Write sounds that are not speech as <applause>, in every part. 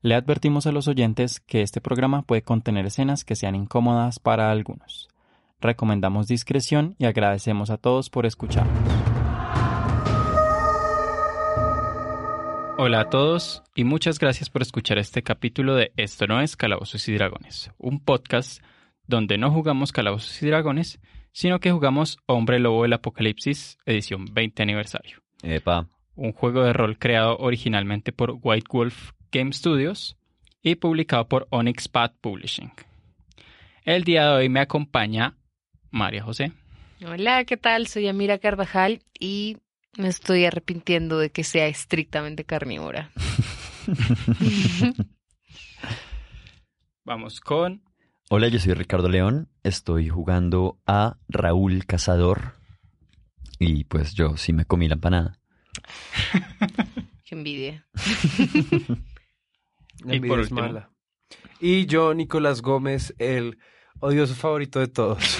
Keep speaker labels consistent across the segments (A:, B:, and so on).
A: Le advertimos a los oyentes que este programa puede contener escenas que sean incómodas para algunos. Recomendamos discreción y agradecemos a todos por escucharnos. Hola a todos y muchas gracias por escuchar este capítulo de Esto no es Calabozos y Dragones, un podcast donde no jugamos Calabozos y Dragones, sino que jugamos Hombre Lobo del Apocalipsis, edición 20 aniversario.
B: Epa.
A: Un juego de rol creado originalmente por White Wolf Game Studios y publicado por Onyx Path Publishing. El día de hoy me acompaña María José.
C: Hola, ¿qué tal? Soy Amira Carvajal y me estoy arrepintiendo de que sea estrictamente carnívora.
A: <laughs> Vamos con.
B: Hola, yo soy Ricardo León. Estoy jugando a Raúl Cazador. Y pues yo sí me comí la empanada.
C: Qué envidia.
D: La envidia es mala. Y yo, Nicolás Gómez, el odioso favorito de todos.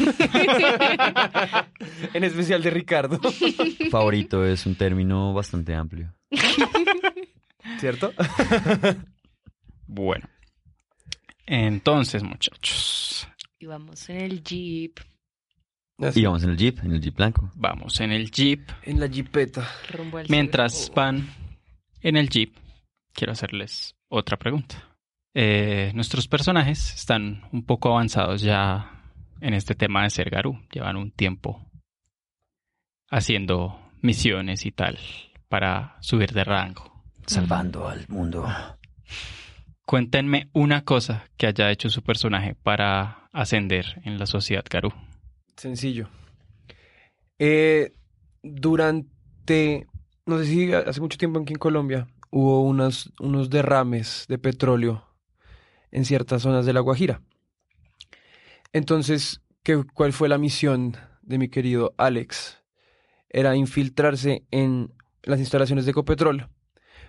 D: en especial de Ricardo.
B: Favorito es un término bastante amplio.
D: ¿Cierto?
A: Bueno. Entonces, muchachos,
C: Y vamos en el jeep
B: Y vamos en el jeep, en el jeep blanco.
A: vamos en el jeep.
D: En la jipeta.
C: rumbo al sur.
A: Mientras
C: Oh.
A: van en el jeep, quiero hacerles otra pregunta. Eh, nuestros personajes están un poco avanzados ya en este tema de ser Garú. Llevan un tiempo haciendo misiones y tal para subir de rango.
B: Salvando al <laughs> mundo.
A: Cuéntenme una cosa que haya hecho su personaje para ascender en la sociedad Garú.
D: Sencillo. Eh, durante, no sé si hace mucho tiempo aquí en Colombia hubo unas- unos derrames de petróleo en ciertas zonas de La Guajira. Entonces, ¿qué- ¿cuál fue la misión de mi querido Alex? Era infiltrarse en las instalaciones de Ecopetrol,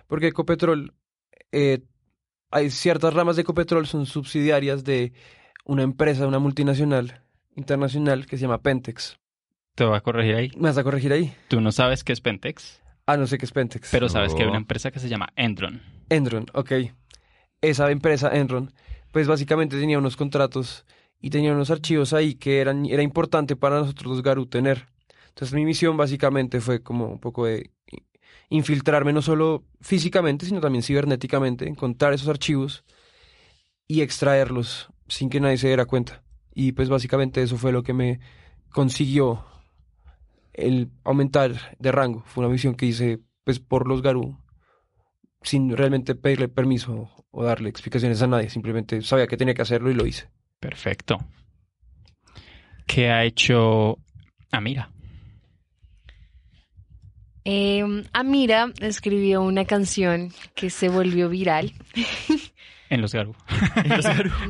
D: porque Ecopetrol, eh, hay ciertas ramas de Ecopetrol son subsidiarias de una empresa, una multinacional internacional que se llama Pentex.
A: Te voy a corregir ahí.
D: ¿Me vas a corregir ahí?
A: Tú no sabes qué es Pentex,
D: Ah, no sé qué es Pentex.
A: pero sabes que hay una
B: No.
A: empresa que se llama Endron.
D: Enron, ok. Esa empresa, Enron, pues básicamente tenía unos contratos y tenía unos archivos ahí que eran, era importante para nosotros los Garú tener. Entonces mi misión básicamente fue como un poco de infiltrarme no solo físicamente, sino también cibernéticamente, encontrar esos archivos y extraerlos sin que nadie se diera cuenta. Y pues básicamente eso fue lo que me consiguió el aumentar de rango. Fue una misión que hice pues por los Garú sin realmente pedirle permiso o darle explicaciones a nadie. Simplemente sabía que tenía que hacerlo y lo hice.
A: Perfecto. ¿Qué ha hecho Amira?
C: Eh, Amira escribió una canción que se volvió viral.
A: <laughs> en los Garú?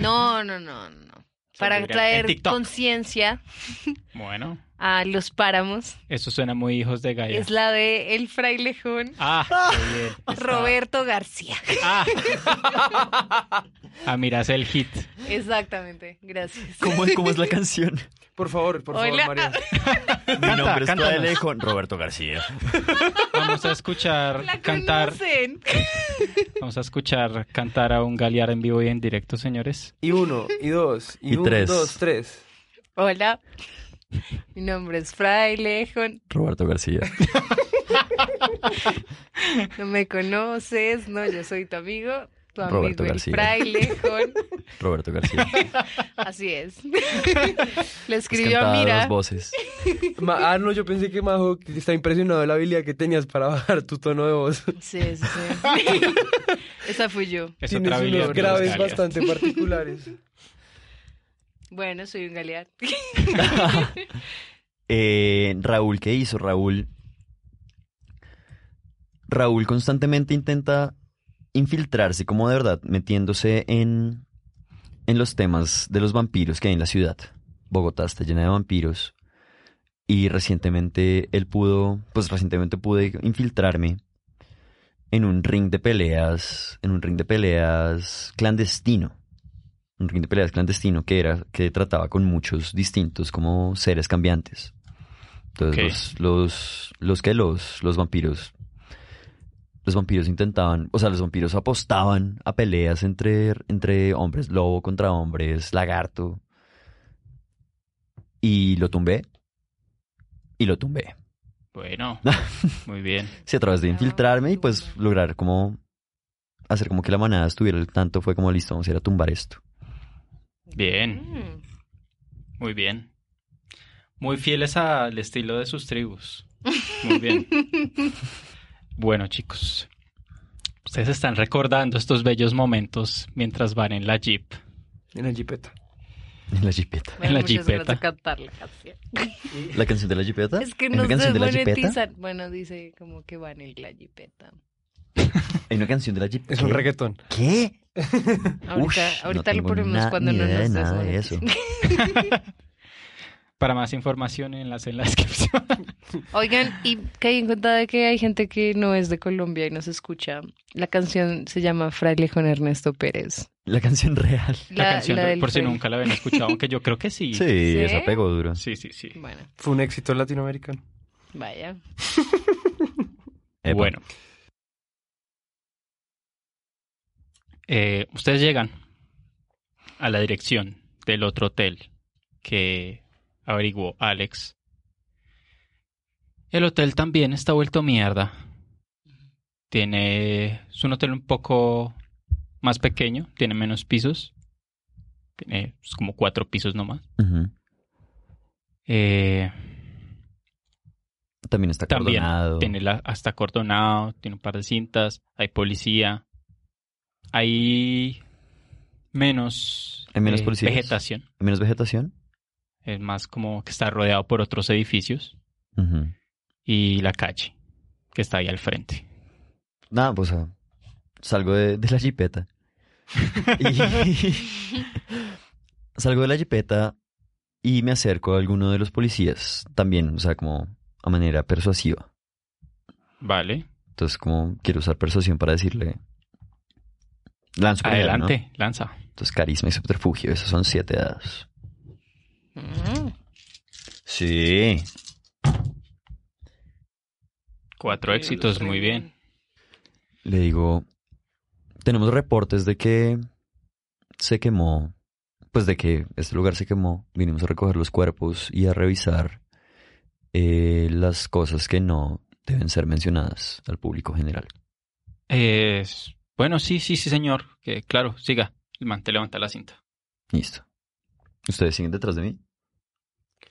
C: No, no, no, no.
A: Se
C: Para
A: volvió viral en
C: traer
A: TikTok.
C: conciencia
A: Bueno,
C: a los páramos.
A: eso suena muy hijos de Gaia.
C: Es la de El Frailejón
A: Ah,
C: <laughs>
A: qué bien. Está-
C: Roberto García.
A: Ah. <laughs> Amira Ah. es el hit.
C: Exactamente, gracias.
B: ¿Cómo, cómo es la <laughs> canción?
D: Por favor, por
C: Hola.
D: favor, María.
B: Mi nombre es
A: cántanos.
B: Claudia con Roberto García.
A: Vamos a escuchar
C: <laughs> <laughs> La
A: cantar,
C: conocen.
A: vamos a escuchar cantar a un galear en vivo y en directo, señores.
D: Y uno, y dos, y,
B: Y
D: un,
B: tres.
D: dos, tres.
C: Hola. Mi nombre es Frailejón.
B: Roberto García.
C: No me conoces, no, yo soy tu amigo, tu amigo
B: Roberto
C: el
B: García.
C: fraile, con...
B: Roberto García.
C: Así es. Lo
B: Es
C: escribió
B: cantada a
C: Amira.
B: dos voces.
D: Ma- ah, no, yo pensé que Majo está impresionado de la habilidad que tenías para bajar tu tono de voz.
C: Sí, sí, sí. Esa fui yo.
A: Es
D: Tienes
A: otra habilidad
D: unos
A: de los
D: graves
A: Galeas.
D: bastante particulares.
C: Bueno, soy un galeán.
B: Eh, Raúl, ¿qué hizo Raúl? Raúl constantemente intenta infiltrarse como de verdad, metiéndose en, en los temas de los vampiros que hay en la ciudad. Bogotá está llena de vampiros y recientemente él pudo, pues recientemente pude infiltrarme en un ring de peleas, en un ring de peleas clandestino. Un ring de peleas clandestino que era, que trataba con muchos distintos como seres cambiantes. Entonces
A: Ok.
B: los, los, los que los, los vampiros, los vampiros intentaban, o sea, los vampiros apostaban a peleas entre, entre hombres lobo contra hombres lagarto. Y lo tumbé. Y lo tumbé.
D: <laughs>
A: Bueno, muy bien.
B: Sí, a través de
C: Ah,
B: infiltrarme y pues
C: súper.
B: lograr como hacer como que la manada estuviera al tanto, fue como listo, vamos a ir a tumbar esto. <laughs>
A: Bien,
C: Mm,
A: muy bien. Muy fieles al estilo de sus tribus. Muy <laughs> bien. Bueno, chicos. Ustedes están recordando estos bellos momentos mientras van en la jeep.
D: En la jipeta.
B: En la jipeta.
C: bueno,
A: la
C: muchas
A: jipeta.
C: ganas de cantarla, Katia.
B: ¿La canción de la jipeta?
C: Es que
B: ¿Hay una
C: nos
B: canción de la jipeta?
C: desmonetizan. Bueno, dice como que van en la jipeta.
B: Hay una canción de la jipeta.
D: Es un reggaetón.
B: ¿Qué?
C: Ahorita,
B: Ush, no
C: ahorita lo
B: tengo
C: ponemos
B: na-
C: cuando
B: ni
C: no
B: idea de
C: nos
B: nada de eso.
C: desmoneticen.
A: Para más información, enlace en la <laughs> descripción.
C: Oigan, y caí en cuenta de que hay gente que no es de Colombia y nos escucha. La canción se llama Fraile con Ernesto Pérez.
B: La canción real.
A: La, canción,
C: del
A: por si
C: fraile.
A: nunca la habían escuchado, aunque yo creo que sí.
B: Sí,
A: Sí,
B: esa pegó duro.
A: sí, sí.
C: Bueno,
D: Fue un éxito latinoamericano.
C: vaya.
B: Epa.
A: Bueno. Eh, ustedes llegan a la dirección del otro hotel que averiguó Alex. El hotel también está vuelto mierda. Tiene. Es un hotel un poco más pequeño, tiene menos pisos. Tiene pues, como cuatro pisos nomás.
B: Ujú.
A: Eh,
B: También está
A: También
B: acordonado.
A: Tiene la- hasta cordonado, tiene un par de cintas, hay policía, hay menos, eh,
B: ¿Hay menos policías?
A: vegetación,
B: ¿Hay menos vegetación?
A: es más como que está rodeado por otros edificios
B: Ujú.
A: y la calle que está ahí al frente.
B: Nada, pues ah, salgo de, de la jipeta. Y- salgo de la jipeta y me acerco a alguno de los policías también, o sea, como a manera persuasiva.
A: Vale,
B: Entonces, como quiero usar persuasión para decirle. Lanzo primero, ¿no?
A: adelante, lanza.
B: Entonces, carisma y subterfugio, esos son siete dados.
C: Mm,
B: Sí.
A: Cuatro
C: sí,
A: éxitos,
C: lo
A: muy
C: traigo.
A: bien.
B: Le digo, tenemos reportes de que se quemó, pues de que este lugar se quemó. Vinimos a recoger los cuerpos y a revisar eh, las cosas que no deben ser mencionadas al público general.
A: Eh, es- bueno, sí, sí, sí, señor. Que, claro, siga. El man te levanta la cinta.
B: Listo. ¿Ustedes siguen detrás de mí?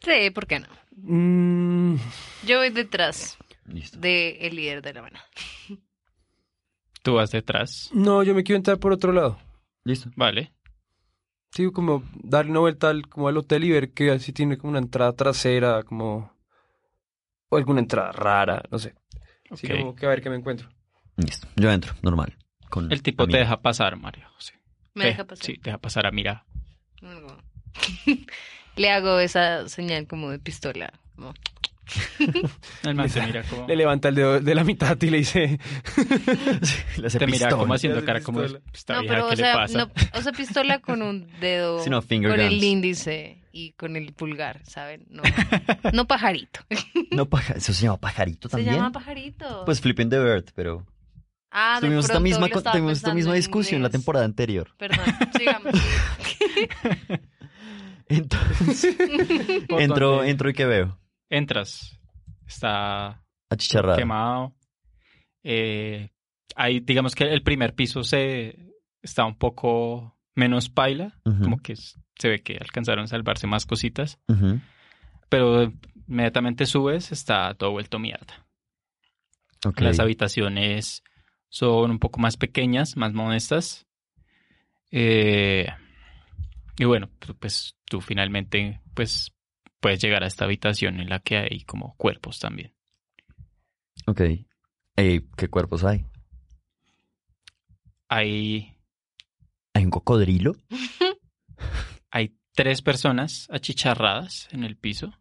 C: Sí, ¿por qué no?
D: Mm,
C: Yo voy detrás
B: Listo.
C: del el líder de la banda.
A: Tú vas detrás.
D: no, yo me quiero entrar por otro lado.
B: Listo.
A: Vale,
D: Sí, como darle una vuelta al, como al hotel y ver que así tiene como una entrada trasera, como... O alguna entrada rara, no sé. Así
A: ok.
D: como que a ver qué me encuentro.
B: Listo. Yo entro, normal. con
A: El tipo te
B: <laughs> amigo.
A: deja pasar, Mario José.
C: ¿Me
A: Te-
C: deja pasar?
A: Eh, Sí, te deja pasar a Mira.
C: Algo. <laughs> Le hago esa señal como de pistola. como,
A: El
B: <laughs>
A: man te mira como,
D: Le levanta el dedo de la mitad y
A: <laughs>
D: le dice...
B: Le hace
A: te mira
B: pistola.
A: como haciendo
D: Le
A: cara
D: hace
A: como
D: pistola.
A: esta
C: no,
A: vieja, ¿qué
C: pero o
A: le
C: sea,
A: pasa?
C: no, o sea, pistola
A: <laughs>
C: con un dedo,
B: Sí, no, finger
C: con el
B: guns.
C: índice y con el pulgar, ¿saben?
B: <laughs>
C: No, no pajarito.
B: No, paja- eso se llama pajarito
C: Se
B: también.
C: llama pajarito.
B: Pues flipping the bird, pero
C: ah, de
B: tuvimos esta
C: pronto
B: misma,
C: lo
B: con-
C: estaba
B: tuvimos esta
C: pensando
B: misma
C: en
B: discusión la
C: inglés.
B: temporada anterior. <laughs>
C: Perdón, sigamos.
B: Entonces, entro, entro y que veo.
A: Entras, está
B: Achicharrado.
A: quemado. Eh, ahí, digamos que el primer piso se está un poco menos paila,
B: Ujú.
A: como que s- se ve que alcanzaron a salvarse más cositas,
B: Ujú.
A: pero inmediatamente subes, está todo vuelto mierda.
B: Ok.
A: Las habitaciones son un poco más pequeñas, más modestas. Eh, y bueno, tú, pues tú finalmente pues, puedes llegar a esta habitación en la que hay como cuerpos también.
B: Ok. Ey, ¿qué cuerpos hay?
A: hay,
B: ¿Hay un cocodrilo?
A: hay tres personas achicharradas en el piso.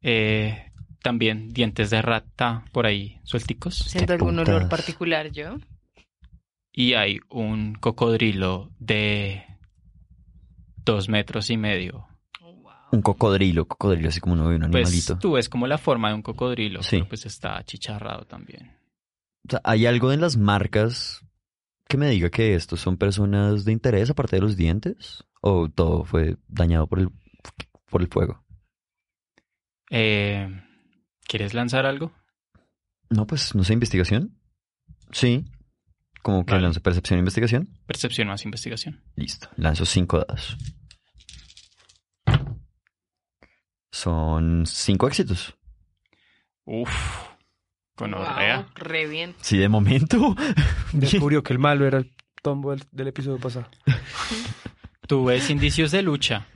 A: Eh, también dientes de rata por ahí suelticos.
C: <laughs> Siento algún olor
B: putas.
C: particular yo.
A: Y hay un cocodrilo de dos metros y medio.
C: Oh,
B: Un cocodrilo, cocodrilo, así como uno ve un
A: Pues
B: animalito.
A: tú ves como la forma de un cocodrilo,
B: Sí.
A: pero pues está achicharrado también.
B: O sea, ¿Hay algo en las marcas que me diga que estos son personas de interés aparte de los dientes? ¿O todo fue dañado por el, por el fuego?
A: Eh, ¿Quieres lanzar algo?
B: No, pues no sé, investigación. Sí. Como que
A: Vale.
B: lanzo percepción e investigación.
A: Percepción más investigación.
B: Listo. Lanzo cinco dados. Son cinco éxitos.
A: Uf, con
C: Wow,
A: orrea.
C: re bien.
B: Sí, de <laughs> momento.
D: Descubrió
A: <laughs>
D: que el malo era el tombo del, del episodio pasado.
A: Tú ves indicios de lucha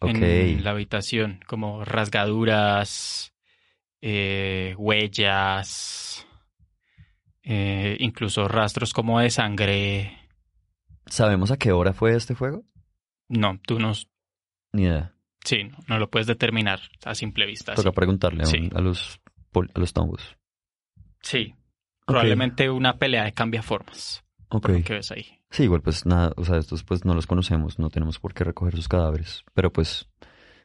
A: en
B: ok.
A: la habitación, como rasgaduras, eh, huellas, eh, incluso rastros como de sangre.
B: ¿Sabemos a qué hora fue este fuego?
A: No, tú no,
B: Ni idea.
A: sí, no, no lo puedes determinar a simple vista.
B: Toca
A: sí.
B: preguntarle a, un-
A: Sí.
B: a los, pol- a los tombos.
A: Sí, probablemente una pelea de cambia formas.
B: Ok.
A: por lo que ves ahí.
B: Sí, igual pues nada, o sea, estos pues no los conocemos, no tenemos por qué recoger sus cadáveres, pero pues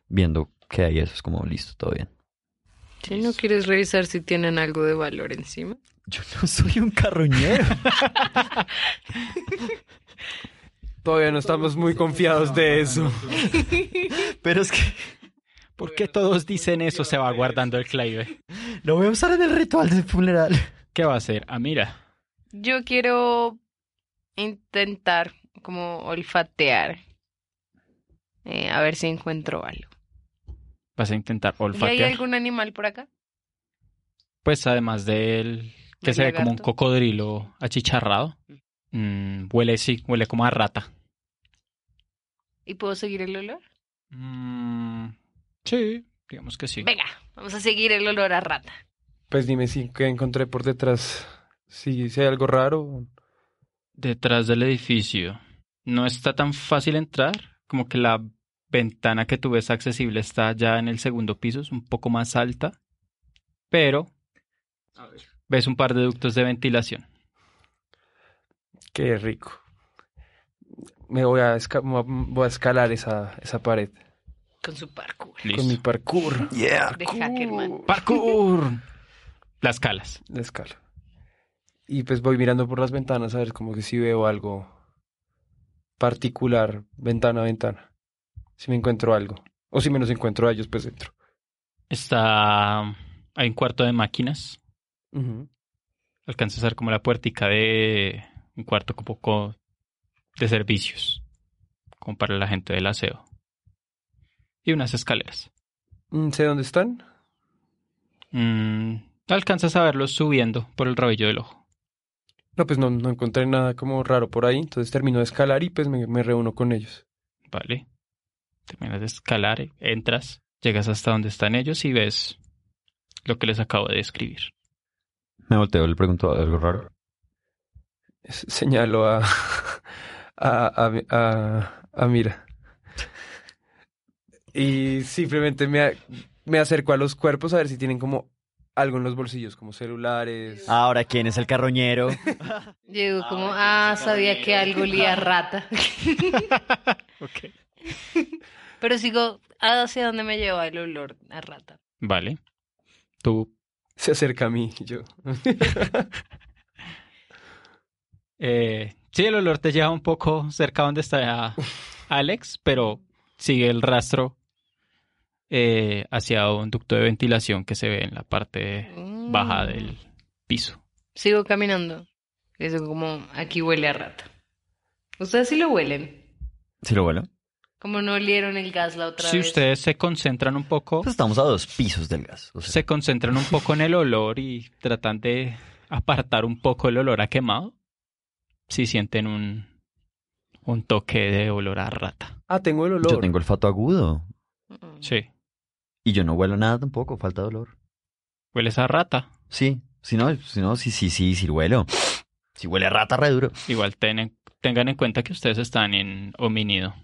B: viendo que hay eso es como listo, todo bien.
C: Si no quieres revisar si tienen algo de valor encima.
B: Yo no <laughs> soy un carroñero. <laughs>
D: Todavía no estamos muy confiados de eso.
B: pero es que
A: ¿Por qué todos dicen eso? Se va guardando el clave.
B: lo voy a usar en el ritual del funeral.
A: ¿Qué va a hacer? Ah, mira.
C: Yo quiero intentar como olfatear. eh, a ver si encuentro algo.
A: Vas a intentar
C: ¿Y hay
A: olfatear.
C: algún animal por acá?
A: Pues además del que
C: ¿Del
A: se ve como un
C: lagarto?
A: cocodrilo achicharrado. Mm, huele, sí, huele como a rata.
C: ¿Y puedo seguir el olor?
A: Mm, sí, digamos que sí.
C: Venga, vamos a seguir el olor a rata.
D: Pues dime si que encontré por detrás. Si, si hay algo raro.
A: Detrás del edificio. No está tan fácil entrar, como que la ventana que tú ves accesible está ya en el segundo piso, es un poco más alta, pero ves un par de ductos de ventilación.
D: Qué rico. Me voy a, esca- me voy a escalar esa, esa pared
C: Con su parkour.
D: con mi
A: Listo.
D: parkour.
B: Yeah.
C: De Hackerman.
A: ¡Parkour! Las calas.
D: La escalo. Y pues voy mirando por las ventanas a ver como que si veo algo particular, ventana a ventana. Si me encuentro algo. O si me los encuentro a ellos, pues dentro.
A: Está. Hay un cuarto de máquinas. Alcanzas a ver como la puertica de un cuarto como co- de servicios. Como para la gente del aseo. Y unas escaleras.
D: Mm, ¿Sé dónde están?
A: Mm, alcanzas a verlos subiendo por el rabillo del ojo.
D: No, pues no, no encontré nada como raro por ahí. Entonces termino de escalar y pues me, me reúno con ellos.
A: Vale. Terminas de escalar, entras, llegas hasta donde están ellos y ves lo que les acabo de describir.
B: Me volteo, le pregunto algo raro.
D: S- Señalo a, <laughs> a, a, a- a Mira. Y simplemente me, a- me acerco a los cuerpos a ver si tienen como algo en los bolsillos, como celulares.
B: Ahora, ¿quién es el carroñero?
C: Llegó como, ah, sabía que algo olía a rata. Pero sigo, ¿hacia dónde me lleva el olor a rata?
A: Vale. Tú
D: Se acerca a mí. y Yo.
A: Eh, sí, el olor te lleva un poco cerca donde está Alex, pero sigue el rastro eh, hacia un ducto de ventilación que se ve en la parte
C: Mm.
A: baja del piso.
C: Sigo caminando. Eso como, aquí huele a rata. Ustedes sí lo huelen.
B: ¿Sí lo vuelo?
C: Como no olieron el gas la otra
A: Si
C: vez.
A: ustedes se concentran un poco,
B: Pues estamos a dos pisos del gas. o sea,
A: se concentran un poco en el olor y tratan de apartar un poco el olor a quemado, si sienten un, un toque de olor a rata.
D: Ah, tengo el olor.
B: yo tengo olfato agudo
C: Mm.
A: Sí,
B: y yo no huelo nada tampoco, falta dolor.
A: hueles a rata.
B: Sí, si no, si no, sí, sí, sí, sí, huelo. Si huele a rata, re duro.
A: Igual ten en- tengan en cuenta que ustedes están en homínido.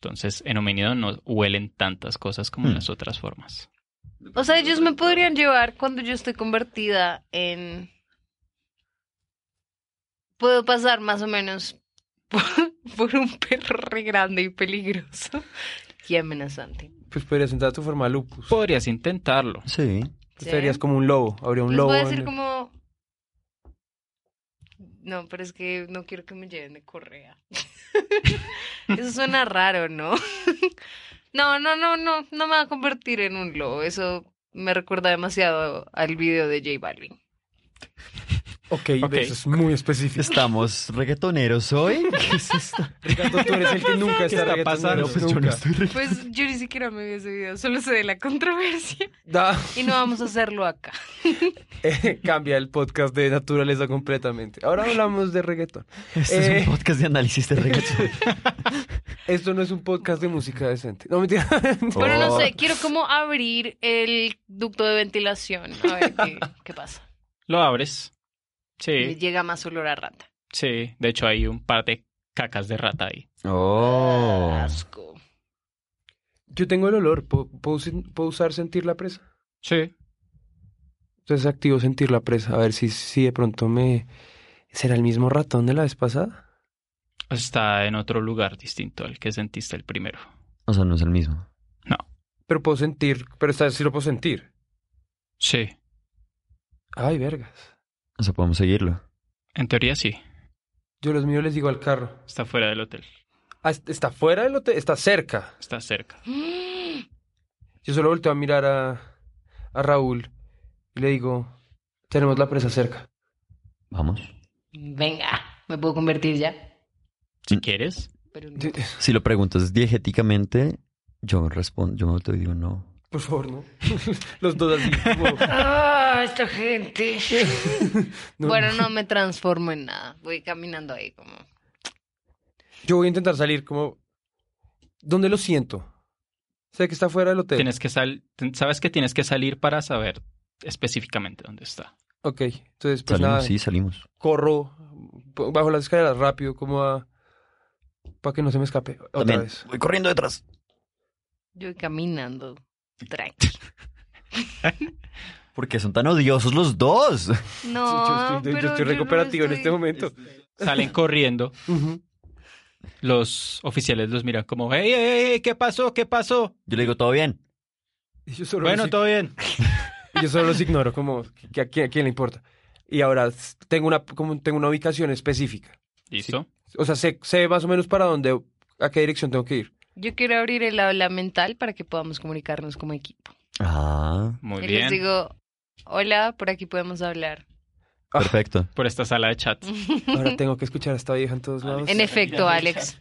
A: Entonces, en homínido no huelen tantas cosas como en
B: Hmm.
A: las otras formas.
C: O sea, ellos me podrían llevar cuando yo esté convertida en... Puedo pasar más o menos <laughs> por, por un perro re grande y peligroso y amenazante.
D: Pues podrías entrar a tu forma lupus. Pues
A: Podrías intentarlo.
B: Sí.
D: te verías como un lobo. Habría un
C: Les
D: lobo.
C: voy a decir
D: en-
C: como... No, pero es que no quiero que me lleven de correa. <laughs> Eso suena raro, ¿no? <laughs> No, no, no, no, no me va a convertir en un lobo. Eso me recuerda demasiado al video de J Balvin.
D: Ok,
A: Ok.
D: eso es muy específico.
B: ¿Estamos reggaetoneros
D: <laughs>
B: hoy? ¿Qué es esto?
D: Ricardo, tú eres
B: <laughs>
D: el que nunca está,
A: está
D: reggaetonero,
A: pasando?
D: pues
B: yo no
D: nunca.
B: estoy regga-
C: Pues yo ni siquiera me vi ese video, solo sé de la controversia.
D: Da-
C: Y no vamos a hacerlo acá.
D: <laughs> eh, cambia el podcast de naturaleza completamente. Ahora hablamos de reggaetón.
B: Este
D: Eh.
B: es un podcast de análisis de
D: <laughs>
B: reggaetón.
D: Esto no es un podcast de música decente.
C: <laughs>
D: No, mentira.
C: Pero no
B: Oh.
C: sé, quiero como abrir el ducto de ventilación. A ver qué, qué pasa.
A: Lo abres.
C: Me
A: Sí,
C: llega más olor a rata.
A: sí. De hecho, hay un par de cacas de rata ahí.
B: Oh.
C: Asco. <gasps>
D: Yo tengo el olor. ¿Puedo, puedo sen- puedo usar sentir la presa?
A: Sí.
D: Entonces activo sentir la presa. A ver si, si de pronto me... ¿Será el mismo ratón de la vez pasada?
A: Está en otro lugar distinto al que sentiste el primero.
B: O sea, no es el mismo.
D: Pero puedo sentir. Pero esta vez sí lo puedo sentir.
A: Sí.
D: Ay, vergas.
B: O sea, podemos seguirlo.
A: En teoría sí.
D: Yo los míos les digo al carro.
A: Está fuera del hotel.
D: Ah, est- está fuera del hotel. Está cerca.
A: Está cerca.
C: Mm.
D: Yo solo volteo a mirar a, a Raúl. Y le digo... Tenemos la presa cerca.
B: Vamos.
C: Venga, me puedo convertir ya.
A: Si
B: Mm.
A: quieres.
C: Pero no.
B: Si lo preguntas diegéticamente, yo respondo, yo me digo no.
D: Por favor, no. <laughs> Los dos así. como-
C: Ah, esta gente.
D: <laughs> No,
C: bueno, no me transformo en nada. Voy caminando ahí como.
D: Yo voy a intentar salir como... ¿Dónde lo siento? Sé que está fuera del hotel.
A: Tienes que sal... ten- Sabes que tienes que salir para saber específicamente dónde está.
D: Ok, entonces pues
B: Salimos,
D: nada,
B: sí, salimos.
D: corro po- bajo las escaleras rápido como a... Para que no se me escape otra
B: También.
D: vez.
B: Voy corriendo detrás.
C: Yo voy caminando. Tranqui.
B: Porque son tan odiosos los dos. <laughs>
C: No,
D: yo estoy, yo- yo
C: pero
D: estoy
C: no
D: recuperativo en
C: estoy-
D: este momento.
B: <laughs>
A: Salen corriendo.
D: Ujú.
A: Los oficiales los miran como, hey, hey, hey, ¿qué pasó? ¿Qué pasó?
B: Yo le digo, todo bien.
D: Y yo solo
A: Bueno,
D: los,
A: todo bien.
D: yo solo los ignoro como que a, quién, a quién le importa. Y ahora s- tengo una, como tengo una ubicación específica.
A: Listo.
D: O sea, sé, sé más o menos para dónde, a qué dirección tengo que ir.
C: Yo quiero abrir el habla mental para que podamos comunicarnos como equipo.
B: Ah,
A: Muy
C: Y
A: bien.
C: les digo, hola, por aquí podemos hablar.
D: Ah,
B: perfecto.
A: Por esta sala de chat.
D: ahora tengo que escuchar a esta vieja en todos lados.
C: En efecto, Alex.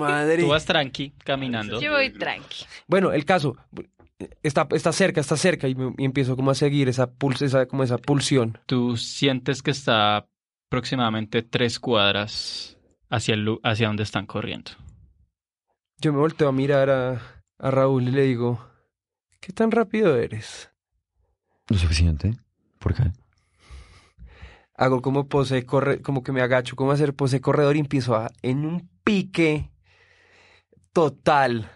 D: Madre.
A: Tú vas tranqui caminando.
C: Yo voy tranqui.
D: Bueno, el caso está, está cerca, está cerca y, me- y empiezo como a seguir esa pulsa, esa, como esa pulsión.
A: Tú sientes que está aproximadamente tres cuadras hacia, el, lu- hacia donde están corriendo.
D: Yo me volteo a mirar a, a Raúl y le digo, ¿qué tan rápido eres?
B: Lo suficiente. ¿Por qué?
D: Hago como pose, corre, como que me agacho, como hacer pose corredor y empiezo a, en un pique total.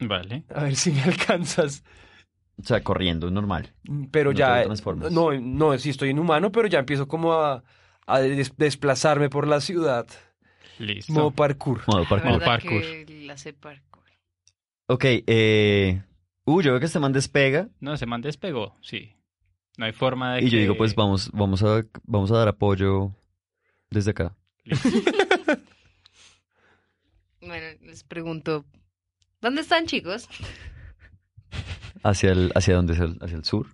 A: Vale.
D: A ver si me <laughs> alcanzas.
B: O sea, corriendo, normal.
D: Pero
B: No
D: ya...
B: te transformas.
D: No, no, sí estoy inhumano, pero ya empiezo como a, a des- desplazarme por la ciudad.
A: Listo.
D: Modo parkour.
B: Modo parkour.
C: La verdad
A: parkour.
C: que la sé parkour.
B: Ok, eh... Uh, yo veo que este man despega.
A: No, ese man despegó, sí. No hay forma de
B: Y
A: que...
B: yo digo, pues vamos, vamos, a, vamos a dar apoyo desde acá.
C: Bueno, les pregunto, ¿dónde están chicos?
B: Hacia el, hacia dónde es el, hacia el sur.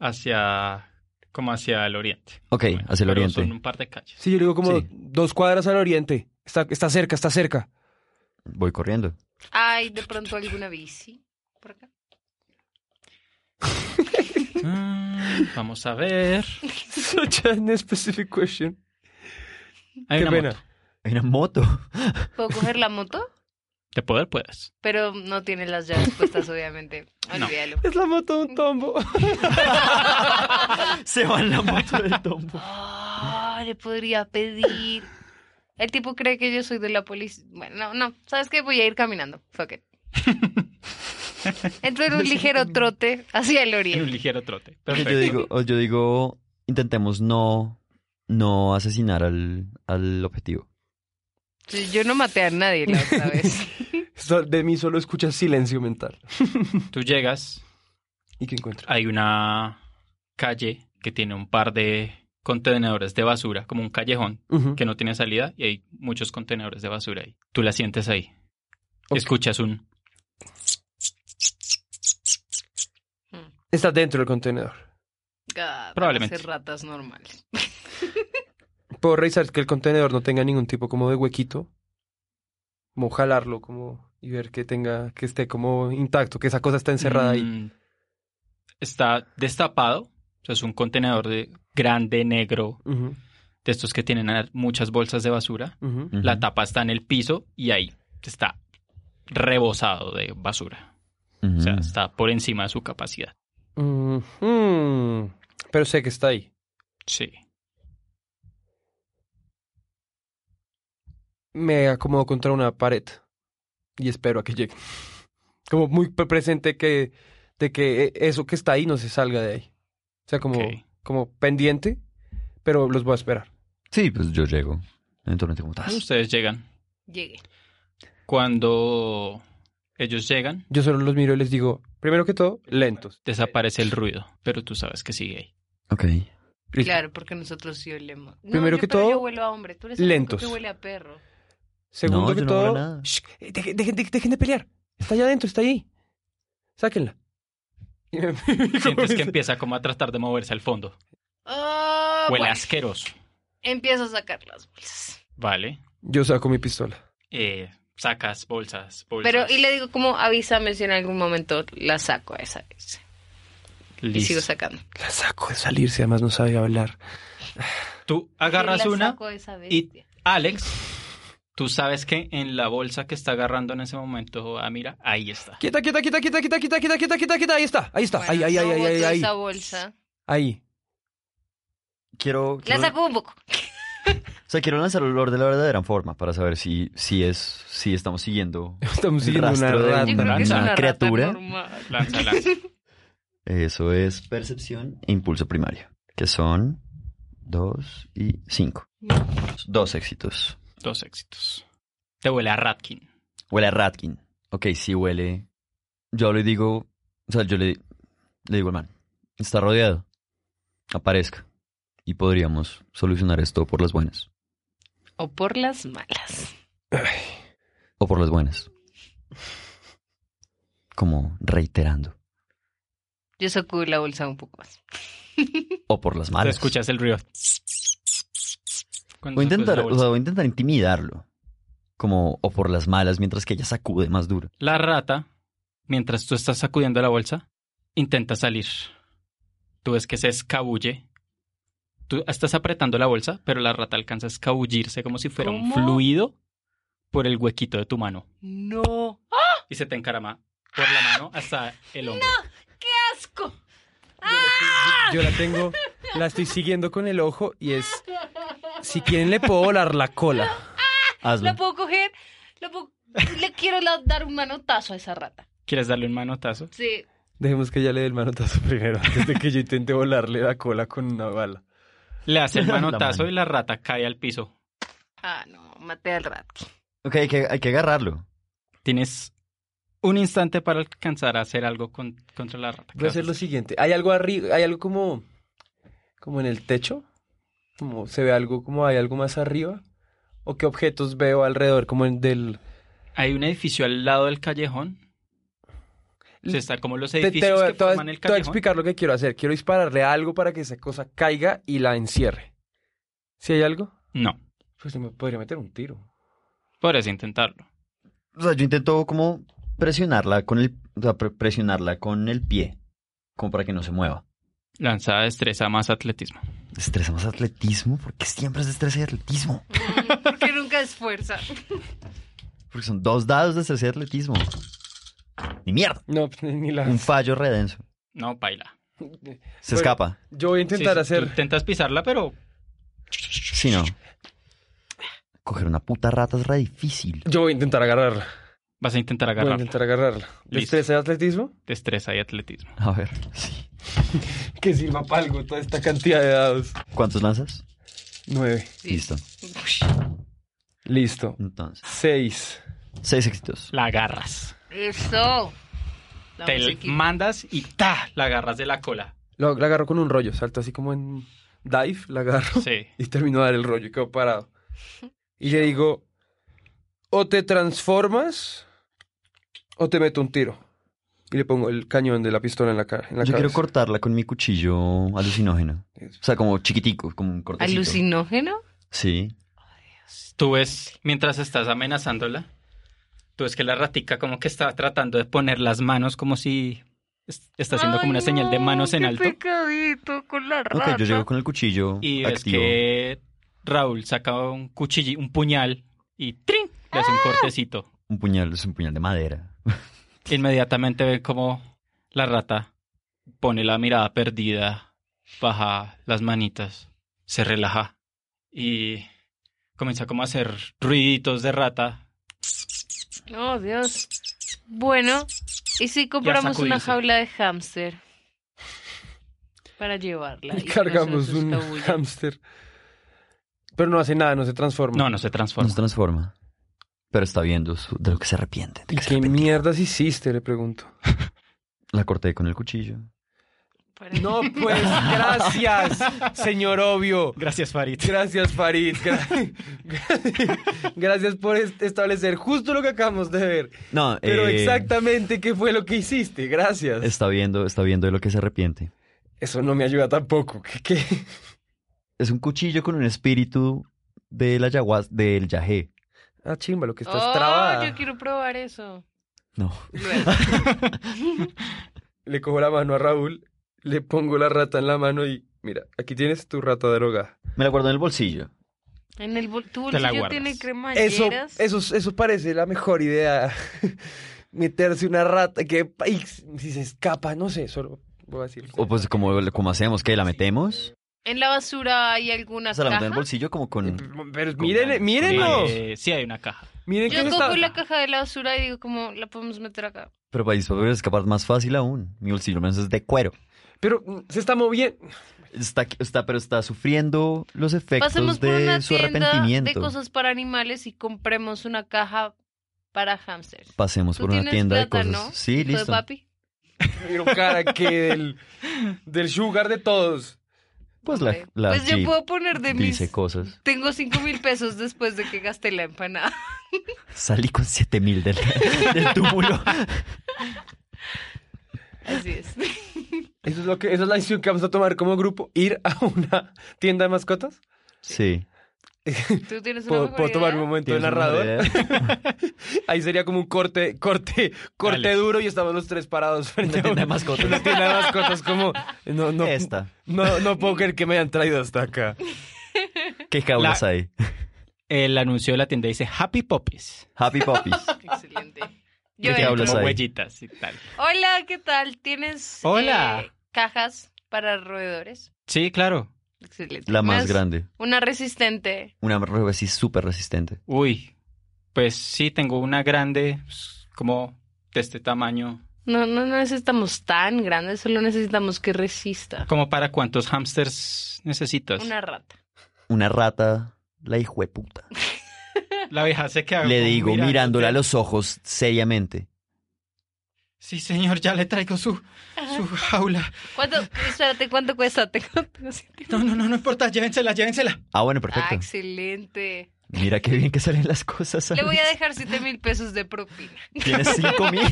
A: Hacia... Como hacia el oriente.
B: Ok,
A: Bueno,
B: hacia el
A: pero
B: oriente.
A: Son un par de calles.
B: <laughs>
D: Sí, yo le digo como
B: Sí.
D: dos cuadras al oriente. Está, está cerca, está cerca. <laughs>
B: Voy corriendo.
C: ¿Hay de pronto alguna bici por acá?
A: Mm, vamos a ver.
D: Such an specific question.
A: Hay
D: Qué
A: una
D: pena.
A: moto.
B: Hay una moto.
C: ¿Puedo coger la moto?
A: De poder puedes.
C: Pero no tiene las llaves puestas, obviamente. Olvídalo.
D: Es la moto de un tombo. <laughs>
B: Se va en la moto <laughs> del tombo.
C: Ah, le podría pedir. El tipo cree que yo soy de la policía. Bueno, no, no. ¿Sabes qué? Voy a ir caminando. Fuck it. Entró en un ligero trote hacia el
A: En un
C: oriente.
A: ligero trote.
B: Porque
A: Perfecto.
B: Yo digo, o yo digo, intentemos no, no asesinar al, al objetivo.
C: Sí, Yo no maté a nadie la otra vez.
D: So- De mí solo escuchas silencio mental.
A: Tú llegas,
D: ¿Y qué encuentro?
A: hay una calle que tiene un par de contenedores de basura, como un callejón
D: Ujú.
A: Ah, que no tiene salida y hay muchos contenedores de basura ahí. Tú la sientes ahí.
D: Ok.
A: Escuchas un...
D: Está dentro del contenedor.
C: God,
A: Probablemente.
C: Hacer ratas normales.
D: Puedo revisar que el contenedor no tenga ningún tipo como de huequito. Como jalarlo, como y ver que tenga, que esté como intacto, que esa cosa está encerrada ahí.
A: Mm, Está destapado. O sea, es un contenedor de grande, negro,
D: Ujú,
A: de estos que tienen ar- muchas bolsas de basura.
D: ujú.
A: La
B: Ujú.
A: tapa está en el piso y ahí está rebosado de basura. O sea,
D: Mm.
B: Ujú.
A: está por encima de su capacidad.
D: Ujú. Mm. Pero sé que está ahí.
A: Sí.
D: Me acomodo contra una pared y espero a que llegue. <laughs> Como muy pre- presente que, de que eh, eso que está ahí no se salga de ahí. O sea, como,
A: Ok.
D: como pendiente, pero los voy a esperar.
B: Sí, pues yo llego. Entonces, ¿cómo estás?
A: Ustedes llegan.
C: Llegué.
A: Cuando ellos llegan,
D: Yo solo los miro y les digo, primero que todo, lentos.
A: desaparece el ruido, pero tú sabes que sigue ahí.
B: Ok.
D: Listo.
C: Claro, porque nosotros sí olemos. No,
D: Primero
C: yo-
D: que
C: pero
D: todo,
C: Yo huelo a hombre. Tú eres el único
D: lentos.
C: que huele a perro.
D: Segundo
B: No,
D: que
B: yo no
D: todo,
B: huelo nada.
D: "Shh, eh, dejen, dejen- dejen- dejen de pelear. Está allá adentro, está ahí. Sáquenla. <laughs> Y me- <laughs>
A: Sientes que empieza como a tratar de moverse al fondo.
C: Ah,
A: Huele
C: bueno.
A: asqueroso.
C: Empiezo a sacar las bolsas.
A: Vale.
D: Yo saco mi pistola.
A: Eh, sacas bolsas, bolsas.
C: Pero, y le digo, como avísame si en algún momento la saco a esa. vez. Y
A: Listo.
C: sigo sacando.
D: La saco de salirse, además no sabe hablar.
A: Tú agarras
C: Y la
A: una.
C: saco a esa
A: y-
C: bestia.
A: Alex, tú sabes que en la bolsa que está agarrando en ese momento, ah, mira, ahí está.
D: Quieta, quieta, quieta, quieta, quieta, quieta, quieta, quieta, quieta, quieta. Ahí está, ahí está.
C: Bueno,
D: ahí, ahí,
C: no
D: ahí, ahí,
C: boto
D: ahí, ahí.
C: esa bolsa.
D: Ahí.
B: Quiero,
C: La
B: quiero-
C: saco un poco.
B: o sea, quiero lanzar el olor de la verdadera forma para saber si, si es, si estamos siguiendo
D: Estamos
B: El
D: siguiendo una
B: rastro de
D: rata.
C: Yo creo que es
A: una
C: una rata
B: criatura.
C: normal.
A: Lanza,
C: <laughs>
A: lanza.
B: Eso es percepción e impulso primario, que son dos y cinco. Dos éxitos.
A: Dos éxitos. Te huele a Ratkin.
B: Huele a Ratkin. Ok, sí huele. Yo le digo, o sea, yo le, le digo al man, está rodeado, aparezca y podríamos solucionar esto por las buenas.
C: O por las malas.
B: O por las buenas. Como reiterando.
C: Yo saco la bolsa un poco más.
B: O por las
A: Te
B: malas.
A: escuchas el ruido. Cuando
B: Voy a
A: sacas
B: intentar,
A: pues, la,
B: o
A: bolsa.
B: sea, voy a intentar intimidarlo. Como o por las malas mientras que ella sacude más duro.
A: La rata, mientras tú estás sacudiendo la bolsa, intenta salir. Tú ves que se escabulle. Tú estás apretando la bolsa, pero la rata alcanza a escabullirse como si fuera un
C: ¿Cómo?
A: fluido por el huequito de tu mano.
C: No.
A: Y se te encarama por la mano hasta el hombro.
C: ¡Asco!
D: <laughs> Yo la tengo, la estoy siguiendo con el ojo y es. Si quieren, le puedo volar la cola.
B: Hazlo.
C: La puedo coger. La puedo- Le quiero la- dar un manotazo a esa rata.
A: ¿Quieres darle un manotazo?
C: Sí.
D: Dejemos que ella le dé el manotazo primero, antes de que yo intente volarle la cola con una bala.
A: Le hace el
B: <laughs> La
A: manotazo
B: mano.
A: y la rata cae al piso.
C: Ah, no. Maté al <laughs> rato.
B: Ok, hay que, hay que agarrarlo.
A: Tienes un instante para alcanzar a hacer algo con- contra la rata.
D: Voy a hacer lo siguiente. Hay algo arriba, hay algo como. como en el techo. Como se ve algo, como hay algo más arriba. O qué objetos veo alrededor, como en del.
A: Hay un edificio al lado del callejón. O sea, están como los edificios
D: voy a-
A: que
D: voy a-
A: forman el
D: te voy a
A: callejón.
D: explicar lo que quiero hacer. Quiero dispararle a algo para que esa cosa caiga y la encierre. Si hay algo,
A: No,
D: pues se me podría meter un tiro.
A: podrías intentarlo.
B: O sea, yo intento como presionarla con el, o sea, pre- presionarla con el pie, como para que no se mueva.
A: Lanza destreza más atletismo.
B: Destreza más atletismo, porque siempre es destreza y atletismo.
C: Porque nunca es fuerza.
B: Porque son dos dados de CC de atletismo. Ni mierda.
D: No, pues, ni la.
B: Un fallo redenso.
A: No, paila.
B: Se
D: Bueno.
B: escapa.
D: <laughs> Yo voy a intentar
A: Sí, sí, tú
D: hacer.
A: Intentas pisarla, pero
B: Sí, no. Coger una puta rata es re difícil.
D: Yo voy a intentar agarrarla.
A: vas a intentar
D: Voy a
A: agarrarla.
D: intentar agarrarla.
A: Listo.
D: ¿Destreza de atletismo?
A: Destreza y atletismo.
B: A ver, sí.
D: Que sirva para algo toda esta cantidad de dados.
B: ¿Cuántos lanzas?
D: Nueve.
B: Listo.
C: Ush.
D: Listo.
B: Entonces,
D: Seis.
B: seis éxitos.
A: La agarras.
C: Eso. La
A: Te
C: musiquita.
A: mandas y ta, la agarras de la cola.
D: Lo- la agarro con un rollo. Salto así como en dive. La agarro.
A: Sí.
D: Y termino de dar el rollo y quedo parado. Y le digo, o te transformas o te meto un tiro. Y le pongo el cañón de la pistola en la cara. En la
B: Yo quiero
D: cabeza.
B: cortarla con mi cuchillo alucinógeno. <laughs> O sea, como chiquitico, como un cortecito.
C: ¿Alucinógeno?
B: Sí.
A: Tú ves, mientras estás amenazándola, tú ves que la ratica como que está tratando de poner las manos como si es- está haciendo como una
C: Ay,
A: señal de
C: no,
A: manos en
C: qué
A: alto.
C: pecadito con la
B: Ok,
C: rata.
B: yo llego con el cuchillo
A: Y ves
B: activo.
A: que Raúl saca un cuchillo, un puñal y ¡trin! le hace un
C: ¡Ah!
A: cortecito.
B: Un puñal, es un puñal de madera.
A: Inmediatamente ve como la rata pone la mirada perdida, baja las manitas, se relaja y comienza como a hacer ruiditos de rata.
C: Oh, Dios. Bueno, ¿y si compramos una
A: sacudirse.
C: jaula de hámster?
A: <laughs>
C: Para llevarla.
D: Y
C: que no se
D: cargamos
C: nos
D: un
C: escabulla.
D: hámster. Pero no hace nada, no se transforma.
A: No, no se transforma.
B: No se transforma. Pero está viendo su- de lo que se arrepiente. de
D: ¿Y
B: que se
D: qué
B: arrepiente.
D: mierdas hiciste? Le pregunto.
B: La corté con el cuchillo.
C: Para-
D: No, pues, gracias, señor obvio.
A: Gracias, Farid.
D: Gracias, Farid. Gra- <laughs> Gracias por est- establecer justo lo que acabamos de ver.
B: No,
D: Pero
B: eh,
D: exactamente qué fue lo que hiciste. Gracias.
B: Está viendo, está viendo de lo que se arrepiente.
D: Eso no me ayuda tampoco. ¿Qué, qué?
B: Es un cuchillo con un espíritu de la ayahuas- del yajé.
D: Ah, chimba, lo que estás
C: oh,
D: trabada.
C: yo quiero probar eso.
B: No.
C: Luego.
A: <laughs>
D: Le cojo la mano a Raúl, le pongo la rata en la mano y mira, aquí tienes tu rata droga.
B: Me la guardo en el bolsillo.
C: En el bol tu
A: Te la
C: bolsillo
A: guardas.
C: tiene
D: Eso,
C: cremalleras.
D: eso, eso parece la mejor idea. <laughs> Meterse una rata que y si se escapa, no sé, solo voy a decir.
B: O pues como, como hacemos, que la metemos.
C: En la basura hay alguna
B: O sea, la metemos en el
C: caja.
B: bolsillo como con...
D: Pero miren, mírenlo.
A: Eh, sí, hay una caja.
D: Miren
C: Yo
D: que
C: cojo
D: está.
C: la caja de la basura y digo, como la podemos meter acá?
B: Pero para poder escapar más fácil aún. Mi bolsillo al menos es de cuero.
D: Pero mm, se está moviendo.
B: Está, está, pero está sufriendo los efectos
C: Pasemos por
B: de
C: una
B: su
C: tienda de
B: arrepentimiento.
C: cosas para animales y compremos una caja para hamsters.
B: Pasemos
C: Tú
B: por una
C: tienes
B: tienda de
C: plata,
B: cosas.
C: ¿no?
B: Sí,
C: hijo de
B: listo.
C: papi?
D: Pero cara que del, del sugar de todos.
B: Pues la,
C: Ok.
B: la
C: pues
B: Jeep
C: yo puedo poner de mis...
B: dice cosas.
C: Tengo cinco mil pesos después de que gasté la empanada. <laughs>
B: Salí con 7000 del, del túmulo. <laughs>
C: Así es.
D: Eso es lo que, esa es la decisión que vamos a tomar como grupo, ir a <laughs> una tienda de mascotas.
B: Sí.
C: ¿Tú tienes una
D: Puedo,
C: mejor
D: puedo tomar un
C: idea?
D: momento de
B: ¿Tienes una
D: narrador.
A: <laughs>
B: idea?
D: Ahí sería como un corte, corte, corte
A: Dale.
D: duro y estamos los tres parados frente
B: Una tienda de
D: a un-
B: mascotas.
D: una tienda de mascotas como no no
B: Esta.
D: no no puedo creer que me hayan traído hasta acá.
B: ¿Qué jaulas
A: La-
B: hay?
A: El anuncio de la tienda dice Happy Poppies.
B: Happy Puppies.
C: <laughs> Excelente. Yo
B: ¿De qué
C: entro.
B: hablas
A: Como
B: ahí?
A: huellitas y tal.
C: Hola, ¿qué tal? ¿Tienes
A: Hola.
C: eh, cajas para roedores?
A: Sí, claro.
C: Excelente.
B: La
C: ¿Me
B: más
C: das
B: grande.
C: Una resistente.
B: Una ropa así súper resistente.
A: Uy, pues sí, tengo una grande, pues, como de este tamaño.
C: No, no necesitamos tan grande, solo necesitamos que resista.
A: ¿Como para cuántos hamsters
B: Pues
A: necesitas?
C: Una rata.
B: Una rata, la hijo de puta.
A: La vieja se queda
B: Le
A: como
B: digo
A: mirándote.
B: mirándola a los ojos seriamente.
A: Sí, señor, ya le traigo su, su jaula.
C: ¿Cuánto? Espérate, ¿cuánto cuesta? Tengo, tengo siete-
A: No, no, no, no importa, llévensela, llévensela.
B: Ah, bueno,
C: Ah,
B: perfecto.
C: excelente.
B: Mira qué bien que salen las cosas.
C: Le voy a
B: Alex.
C: dejar siete mil pesos
B: <laughs>
C: de propina.
B: Tienes
C: <laughs>
B: 5000.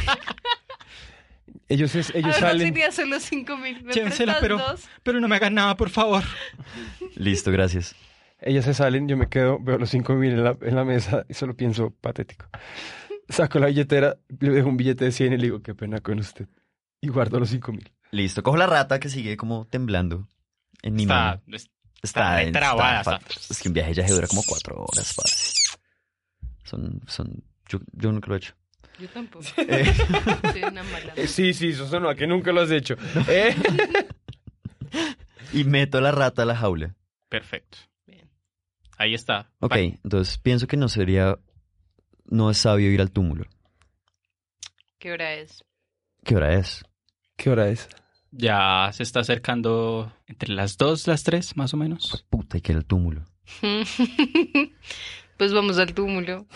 D: Ellos es- ellos
C: a ver,
D: salen.
C: sería solo cinco mil. ¿Me
A: Llévensela,
C: prestas
A: pero-
C: dos?
A: Pero no me hagan nada, por favor.
B: Listo, gracias.
D: Ellos se salen, yo me quedo, veo los cinco mil en la, en la mesa y solo pienso patético. Saco la billetera, le dejo un billete de 100 y le digo, qué pena con usted. Y guardo los cinco mil.
B: Listo, cojo la rata que sigue como temblando en mi
A: Está,
B: mano. Está,
A: re trabada,
B: está-
A: está.
B: Es que un viaje ya dura como cuatro horas, parce. Son, son Yo, yo nunca lo he hecho.
C: Yo tampoco.
B: <laughs> Eh,
C: <laughs> Soy una mala.
D: Eh, Sí, sí, eso sonó a que nunca lo has <laughs> hecho. Eh,
B: y meto la rata a la jaula.
A: Perfecto.
C: Bien.
A: Ahí está.
B: Ok,
A: Pa-
B: entonces pienso que no sería. No es sabio ir al túmulo.
C: ¿Qué hora es? <laughs>
B: ¿Qué hora es?
D: ¿Qué hora es?
A: Ya se está acercando entre las 2, las 3, más o menos.
B: Puta, hay que ir al túmulo.
C: pues vamos al túmulo.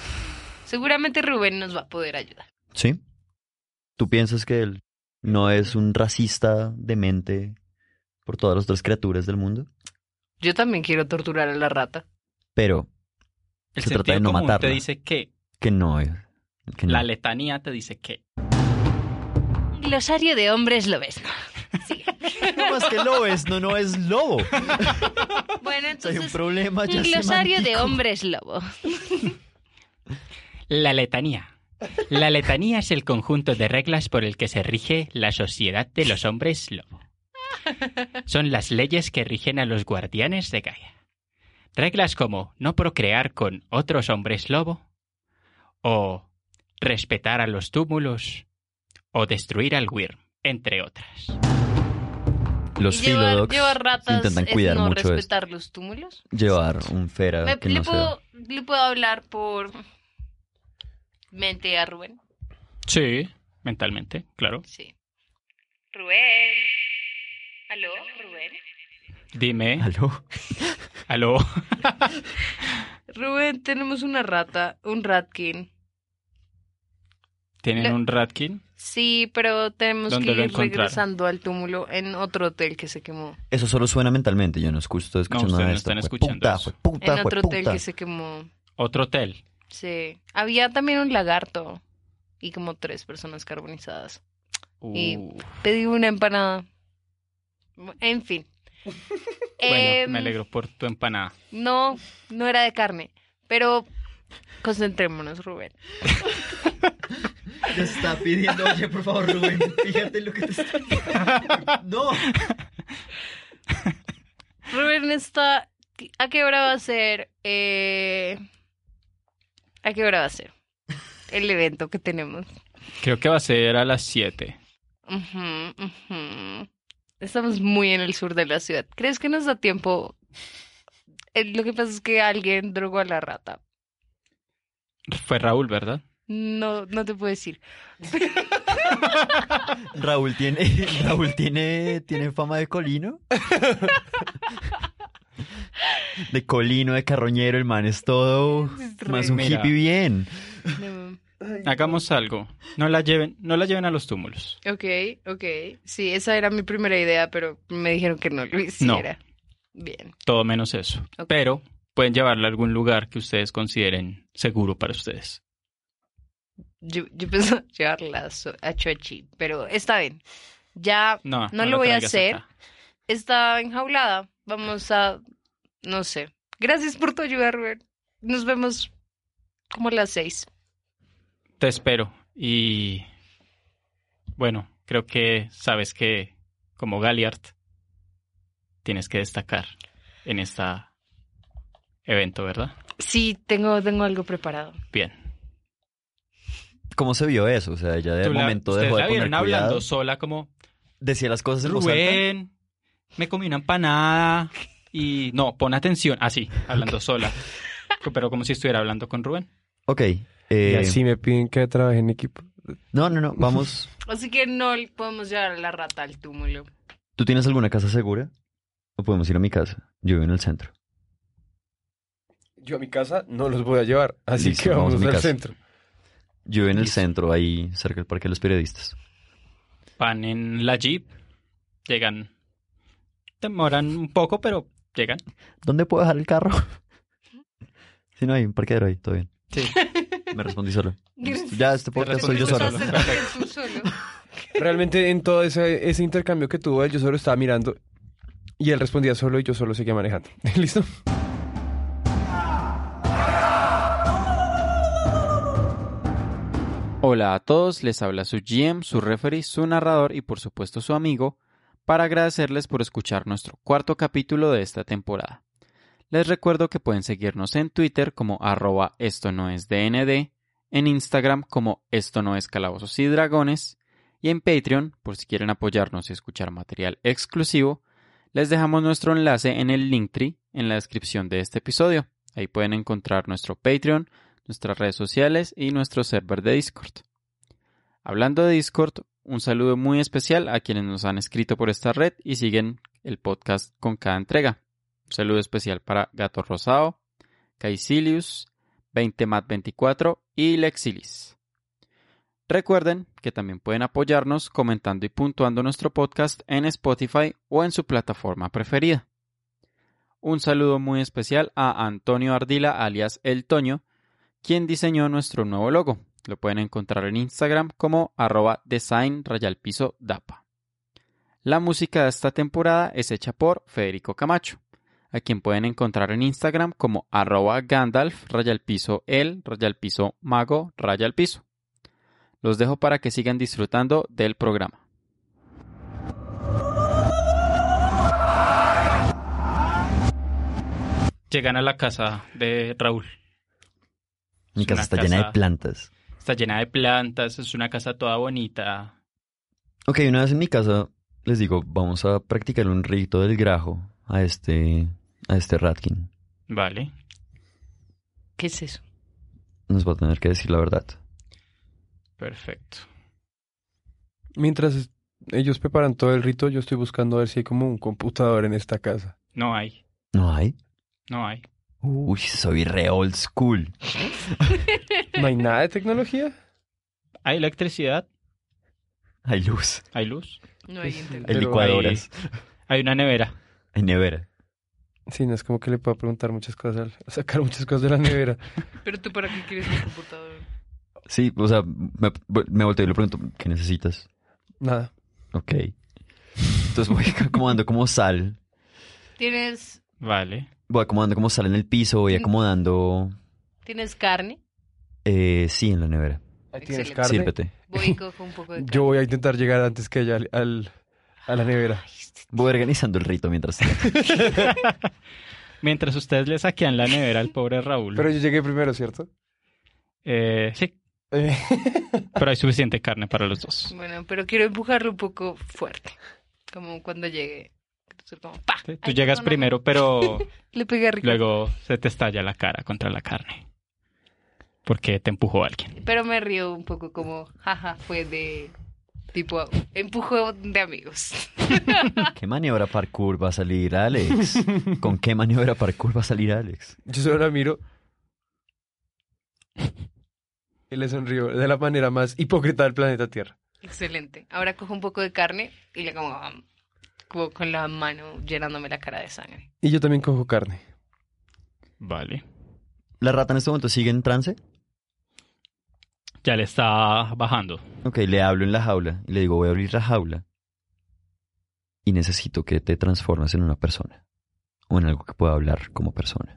C: Seguramente Rubén nos va a poder ayudar.
B: ¿Sí? ¿Tú piensas que él no es un racista demente por todas las otras criaturas del mundo?
C: Yo también quiero torturar a la rata.
B: Pero
A: El
B: Se
A: sentido
B: trata de no
A: común
B: matarla.
A: te dice que,
B: que no es. que no.
A: la letanía te dice que.
C: Glosario de hombres lo ves.
B: ¿Cómo es que lobo es? No, no es lobo.
C: <laughs> Bueno,
B: O sea, hay un
C: entonces,
B: problema ya
C: un glosario de
B: semántico.
C: hombres lobo.
A: La letanía. La letanía es el conjunto de reglas por el que se rige la sociedad de los hombres lobo. Son las leyes que rigen a los guardianes de Gaia. Reglas como no procrear con otros hombres lobo, o respetar a los túmulos, o destruir al Wyrm, entre otras.
B: Los
C: Y llevar,
B: filodox
C: llevar ratas
B: intentan
C: es
B: cuidar
C: no
B: mucho esto.
C: respetar los túmulos.
B: Llevar un fera
C: Me-
B: que
C: le,
B: no sea...
C: puedo, le puedo hablar por mente a Rubén.
A: Sí, mentalmente, claro.
C: Sí. Rubén. ¿Aló, Rubén?
A: <laughs> Dime,
B: ¿Aló?
A: aló.
C: Rubén, tenemos una rata, un ratkin.
A: ¿Tienen
C: Le-
A: un Ratkin?
C: Sí, pero tenemos
A: ¿Dónde
C: que
A: lo
C: ir
A: encontraron?
C: regresando al túmulo en otro hotel que se quemó.
B: Eso solo suena mentalmente. Yo no escucho
A: ustedes
B: escuchando nada
A: no
B: de esto.
A: están
B: Fue
A: escuchando
B: puta,
A: eso.
B: fue puta,
C: en
B: fue
C: otro hotel
B: puta.
C: que se quemó.
A: Otro hotel.
C: Sí. Había también un lagarto y como tres personas carbonizadas. Y-
A: Uh,
C: Pedí una empanada. En fin.
A: bueno,
C: Em,
A: me alegro por tu empanada.
C: No, no era de carne, pero concentrémonos, Rubén.
B: Te está pidiendo, oye, por favor, Rubén, fíjate lo que te está No.
C: Rubén está. ¿A qué hora va a ser? eh, ¿A qué hora va a ser? El evento que tenemos.
A: Creo que va a ser a las 7.
C: Ujú, ujú. Estamos muy en el sur de la ciudad. ¿Crees que nos da tiempo? Eh, Lo que pasa es que alguien drogó a la rata.
A: Fue Raúl, ¿verdad?
C: No, no te puedo decir.
B: Raúl tiene, <laughs> Raúl tiene, tiene fama de
C: <laughs>
B: colino. De colino, de carroñero, el man es todo.
C: Es re-
B: Más un
A: Mira.
B: hippie bien.
C: no.
A: Hagamos algo. No la lleven, no la lleven a los túmulos.
C: Ok, ok. Sí, esa era mi primera idea, pero me dijeron que no lo hiciera. Bien.
A: Todo menos eso.
C: Ok.
A: Pero pueden llevarla a algún lugar que ustedes consideren seguro para ustedes.
C: Yo, yo pensaba llevarla a <laughs> Cho- a Chochi, pero está bien. Ya
A: No,
C: No lo
A: la
C: voy a
A: traigas
C: hacer.
A: acá.
C: está enjaulada. Vamos a. No sé. Gracias por tu ayuda, Rubén. Nos vemos como a las seis.
A: Te espero. Y bueno, creo que sabes que como Galliard tienes que destacar en este evento, ¿verdad?
C: Sí, tengo, tengo algo preparado.
A: Bien.
B: ¿Cómo se vio eso? O sea, ella de
A: Tú la-
B: momento
A: ustedes
B: dejó de
A: la
B: poner
A: vieron
B: cuidado.
A: hablando sola como
B: Decía las cosas en voz alta.
A: Rubén, me comí una empanada y no, pon atención, así, hablando sola. Pero como si estuviera hablando con Rubén.
B: Ok. eh,
D: y así me piden que trabaje en equipo.
B: no, no,
D: <laughs>
B: no. Vamos.
C: Así que no le podemos llevar a la rata al túmulo.
B: ¿Tú tienes alguna casa segura? ¿O podemos ir a mi casa? Yo vivo en el centro.
D: Yo a mi casa no los voy a llevar, así
B: Listo,
D: que
B: vamos a
D: <laughs> vamos
B: mi
D: al
B: casa.
D: centro.
B: Yo vivo en el
A: Listo.
B: centro, ahí cerca del Parque de los Periodistas.
A: Van en la jeep, llegan, demoran un poco, pero llegan.
B: ¿Dónde puedo dejar el carro? <laughs> Si no hay un parqueadero ahí, todo bien.
A: Sí.
B: Me respondí
A: <laughs>
B: solo. Ya, este podcast soy yo solo.
A: Respondí
B: <laughs>
C: Tú solo.
D: Realmente en todo ese, ese intercambio que tuvo él, yo solo estaba mirando y él respondía solo y yo solo seguía manejando. <laughs> ¿Listo?
E: Hola a todos, les habla su GM, su referee, su narrador y por supuesto su amigo, para agradecerles por escuchar nuestro cuarto capítulo de esta temporada. Les recuerdo que pueden seguirnos en Twitter como arroba esto no es DND, en Instagram como Esto no es Calabozos y Dragones y en Patreon, por si quieren apoyarnos y escuchar material exclusivo, les dejamos nuestro enlace en el Linktree en la descripción de este episodio. Ahí pueden encontrar nuestro Patreon, nuestras redes sociales y nuestro server de Discord. Hablando de Discord, un saludo muy especial a quienes nos han escrito por esta red y siguen el podcast con cada entrega. Un saludo especial para Gato Rosado, Caecilius, 20mat24 y Lexilis. Recuerden que también pueden apoyarnos comentando y puntuando nuestro podcast en Spotify o en su plataforma preferida. Un saludo muy especial a Antonio Ardila alias El Toño, quien diseñó nuestro nuevo logo. Lo pueden encontrar en Instagram como arroba design rayal piso dapa. La música de esta temporada es hecha por Federico Camacho, a quien pueden encontrar en Instagram como arroba Gandalf rayal piso el rayal piso mago rayal piso. Los dejo para que sigan disfrutando del programa.
A: Llegan a la casa de Raúl.
B: Mi
A: Es
B: casa
A: una
B: está llena de
A: casa-
B: plantas.
A: Está llena de plantas, es una casa toda bonita.
B: Ok, una vez en mi casa les digo, vamos a practicar un rito del grajo a este, a este Ratkin.
A: Vale.
C: ¿Qué es eso?
B: Nos va a tener que decir la verdad.
A: Perfecto.
D: Mientras es- ellos preparan todo el rito, yo estoy buscando a ver si hay como un computador en esta casa.
A: No hay,
B: ¿No hay?
A: no hay.
B: Uy, soy re old school.
D: ¿No hay nada de tecnología?
A: Hay electricidad,
B: Hay luz,
A: hay luz,
C: No hay internet.
B: hay
D: Pero
B: licuadoras,
A: hay una nevera.
B: hay nevera.
D: Sí, no es como que le pueda preguntar muchas cosas, al- <laughs> sacar muchas cosas de la nevera.
C: Pero tú, ¿para qué quieres un computador?
B: Sí, o sea, me, me volteo y le pregunto, ¿qué necesitas?
D: Nada.
B: Ok. Entonces voy <laughs> acomodando como sal.
C: ¿Tienes,
A: Vale.
B: Voy acomodando como sal en el piso, voy acomodando...
C: ¿tienes carne?
B: Eh, sí, en la nevera.
D: Ahí tienes
C: Excelente.
D: carne.
B: Sírvete.
C: Voy y cojo un poco de carne.
D: <laughs> Yo voy a intentar llegar antes que ella al, al- a la nevera.
C: Ay, este-
B: Voy organizando el rito mientras...
A: Mientras ustedes le saquean la nevera al pobre Raúl.
D: Pero yo llegué primero, ¿cierto?
A: Eh, sí,
D: Eh,
A: pero hay suficiente carne para los dos.
C: Bueno, pero quiero empujarlo un poco fuerte. Como cuando llegue. Entonces, como, ¡pa!
A: Sí, Tú
C: Ah, Ay,
A: llegas
C: perdóname.
A: primero,
C: <laughs>
A: pero
C: Le pegué rico.
A: luego se te estalla la cara contra la carne. Porque te empujó alguien.
C: Pero me río un poco como, jaja, fue de tipo empujo de amigos. <laughs>
B: ¿Qué maniobra parkour va a salir Alex? ¿Con qué maniobra parkour va a salir Alex?
D: yo solo la miro. Y le sonrío de la manera más hipócrita del planeta Tierra.
C: Excelente. Ahora cojo un poco de carne y le como, am, como con la mano llenándome la cara de sangre.
D: Y yo también cojo carne.
A: Vale.
B: ¿La rata en este momento sigue en trance?
A: Ya le está bajando.
B: Ok, le hablo en la jaula y le digo, voy a abrir la jaula y necesito que te transformes en una persona o en algo que pueda hablar como persona.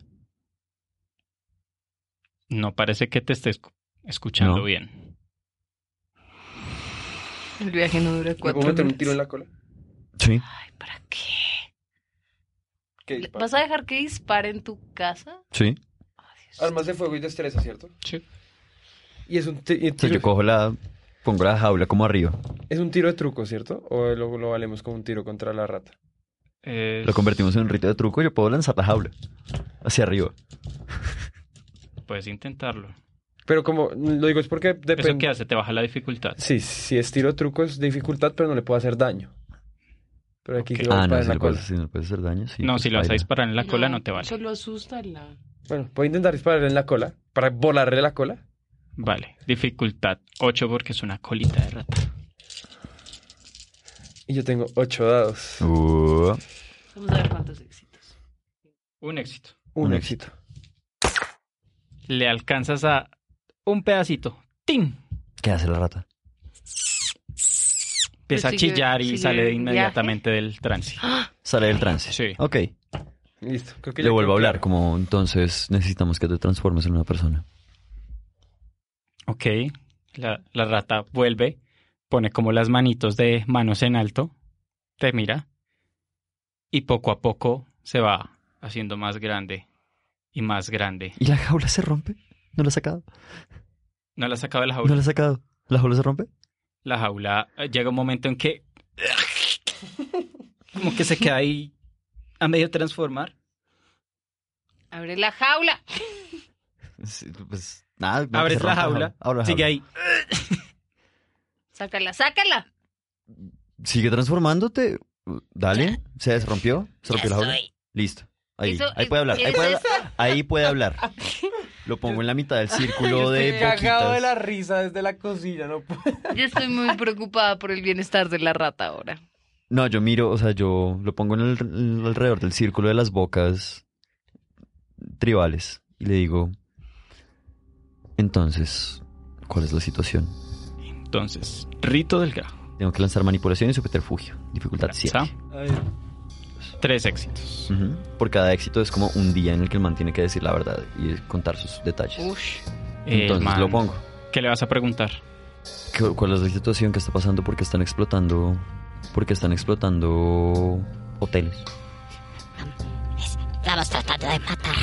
A: No parece que te estés escu- escuchando
B: No.
A: bien.
C: El viaje no dura cuatro minutos.
D: la cola?
B: Sí.
C: Ay, ¿para qué? ¿Vas a dejar que dispare en tu casa?
B: Sí.
C: Ay, Dios.
D: Armas de fuego y destreza, ¿cierto?
A: Sí.
D: Y es un, ti- y
B: Entonces yo
D: tiro-
B: cojo la, pongo la jaula como arriba.
D: es un tiro de truco, ¿cierto? O luego lo valemos como un tiro contra la rata.
A: Es-
B: Lo convertimos en un rito de truco y yo puedo lanzar la jaula hacia arriba.
A: Puedes intentarlo.
D: Pero como lo digo es porque
A: ¿Eso qué
D: depende.
A: hace? Te baja la dificultad.
D: Sí, si es tiro de truco es dificultad, pero no le puedo hacer daño. Pero aquí
A: Ok.
D: que va a
B: Ah, no,
D: disparar
B: si
D: en la
B: le puedes,
D: cola.
B: si no le puedes hacer daño, sí.
A: no,
B: pues
A: si lo vas a
B: baila.
A: disparar en la cola no te vale.
C: Solo asústala.
D: Bueno, voy a intentar disparar en la cola para volarle la cola.
A: Vale. Dificultad 8 porque es una colita de rata.
D: Y yo tengo ocho dados.
B: Uh,
C: Vamos a ver cuántos éxitos.
A: Un éxito.
D: Un
B: un
D: éxito.
A: Le alcanzas a un pedacito. ¡Tin!
B: ¿Qué hace la rata?
A: Empieza a
C: Pues sigue-
A: chillar y
C: sigue
A: sale
C: el
A: inmediatamente del trance.
B: Sale del trance.
A: Sí.
B: Ok.
D: Listo. Creo que
B: Le
D: ya
B: vuelvo a
D: quedó
B: hablar,
D: claro.
B: como entonces necesitamos que te transformes en una persona.
A: Ok. La, la rata vuelve, pone como las manitos de manos en alto, te mira y poco a poco se va haciendo más grande y más grande.
B: ¿Y la jaula se rompe? ¿No la has sacado?
A: No la has sacado de la
B: No
A: jaula.
B: la he sacado. ¿La jaula se rompe?
A: La jaula eh, llega un momento en que. Como que se queda ahí a medio transformar.
C: Abre la jaula.
B: Sí, pues nada. no, que
A: Abres
B: se
A: la
B: rompa
A: jaula,
B: Abro la
A: sigue ahí.
B: jaula.
C: Sácala, sácala.
B: Sigue transformándote. Dale. Se rompió. Se rompió la jaula.
C: soy.
B: Listo. Ahí,
C: Eso
B: ahí
C: es-
B: puede hablar. Ahí
C: eso
B: puede,
C: es-
B: hablar. ahí puede
C: <laughs>
B: hablar. Lo pongo en la mitad del círculo de
D: Cagado de
B: boquitas.
D: la risa desde la cocina, no puedo.
C: Yo estoy muy <laughs> preocupada por el bienestar de la rata ahora.
B: No, yo miro, o sea, yo lo pongo en el, en el alrededor del círculo de las bocas tribales y le digo, entonces, ¿cuál es la situación?
A: Entonces, rito del grajo.
B: Tengo que lanzar manipulación y subterfugio. Dificultad 7.
A: ¿Está? Tres éxitos.
B: Ujú. Por cada éxito es como un día en el que el man tiene que decir la verdad y contar sus detalles.
C: Ush.
A: Eh,
B: Entonces
A: man,
B: lo pongo.
A: ¿Qué le vas a preguntar?
B: ¿Qué- ¿Cuál es la situación que está pasando? Porque están explotando, porque están explotando hoteles.
F: Estamos tratando de matar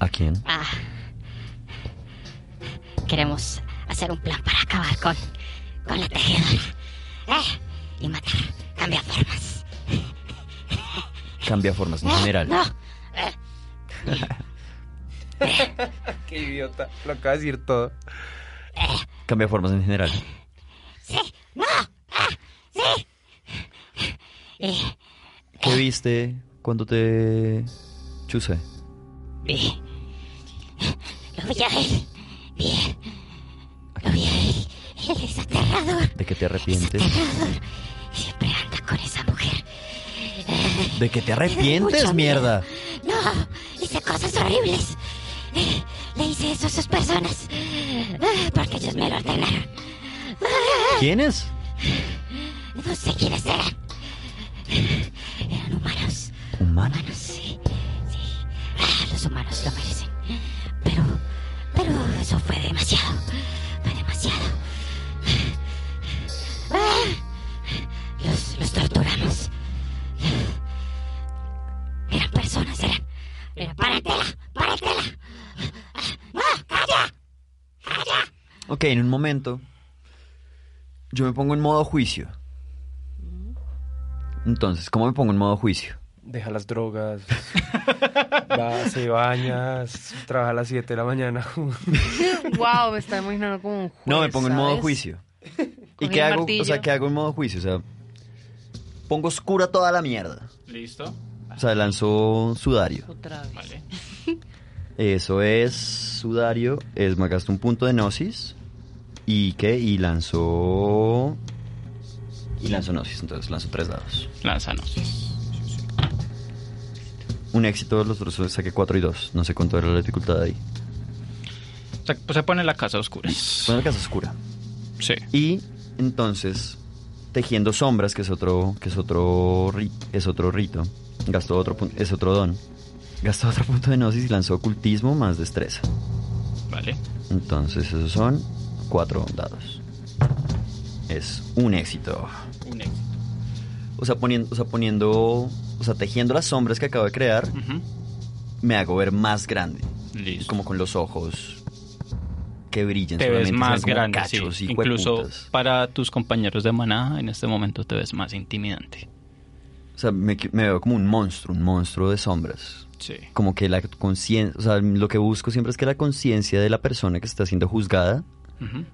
B: ¿A quién?
F: a... Queremos hacer un plan para acabar con, con la tejedora. ¿eh? Y matar. Cambia formas.
B: Cambia formas en
F: ¿eh?
B: general.
F: No. eh,
D: Qué idiota. Lo acaba de decir todo.
B: Cambia formas en general.
F: ah, y, eh.
B: ¿Qué viste cuando te chuse?
F: vi. Lo vi a él. Vi. Lo vi a él. Él es aterrador.
B: ¿De que te
F: Es <laughs>
B: arrepientes?
F: aterrador. Siempre anda con esa mujer.
B: ¿De que te
F: Mucha
B: arrepientes, mierda?
F: No, hice cosas horribles. Eh, Le hice eso a sus personas. Ah, Porque ellos me lo ordenaron.
B: ¿Quién es?
F: No sé quiénes eran. Eran humanos.
B: Humano.
F: Humanos, sí. Sí. Ah, los humanos lo merecen. Pero. Pero eso fue demasiado. Fue demasiado. Ah, Los, los torturamos. Eran personas, eran. Era ¡Páratela! ¡Páratela!
B: Ok, en un momento. Yo me pongo en modo juicio. Entonces, ¿cómo me pongo en modo juicio?
D: Deja las <laughs> drogas. va, se bañas. Trabaja a las 7 de la mañana. <laughs>
C: Wow, me está imaginando como un juez,
B: No, me pongo en modo
C: Pues, ¿sabes? <laughs>
B: juicio. ¿Y
C: Coge
B: qué
C: el
B: hago? O sea,
C: martillo.
B: ¿qué hago en modo juicio? O sea, pongo oscura toda la mierda.
A: Listo.
B: O sea, lanzó sudario.
C: Otra vez.
A: Vale.
B: Eso es sudario. Es, me gasto un punto de gnosis. ¿Y qué? Y lanzó... Y lanzó gnosis, entonces lanzó tres dados.
A: Lánzanos.
B: Un éxito, los otros saqué cuatro y dos. No sé cuánto era la dificultad ahí.
A: O sea, pues se pone la casa oscura.
B: Fue una casa oscura. Pues,
A: Sí.
B: Y entonces, tejiendo sombras, que es otro, que es otro, ri- es otro rito, gastó otro pun- es otro don. Gastó otro punto de gnosis y lanzó ocultismo más destreza.
A: Vale.
B: Entonces esos son cuatro dados. Es un éxito.
A: Un éxito.
B: O sea, poniendo, o sea, poniendo, o sea, tejiendo las sombras que acabo de crear,
A: Ujú.
B: me hago ver más grande.
A: Listo.
B: Como con los ojos que brillan.
A: te ves
B: solamente,
A: más
B: se ven como
A: grande, sí.
B: cachos, hijo de
A: Incluso
B: putas.
A: para tus compañeros de manada, en este momento te ves más intimidante.
B: O sea, me, qui- me veo como un monstruo, un monstruo de sombras.
A: Sí.
B: Como que la conciencia, o sea, lo que busco siempre es que la conciencia de la persona que está siendo juzgada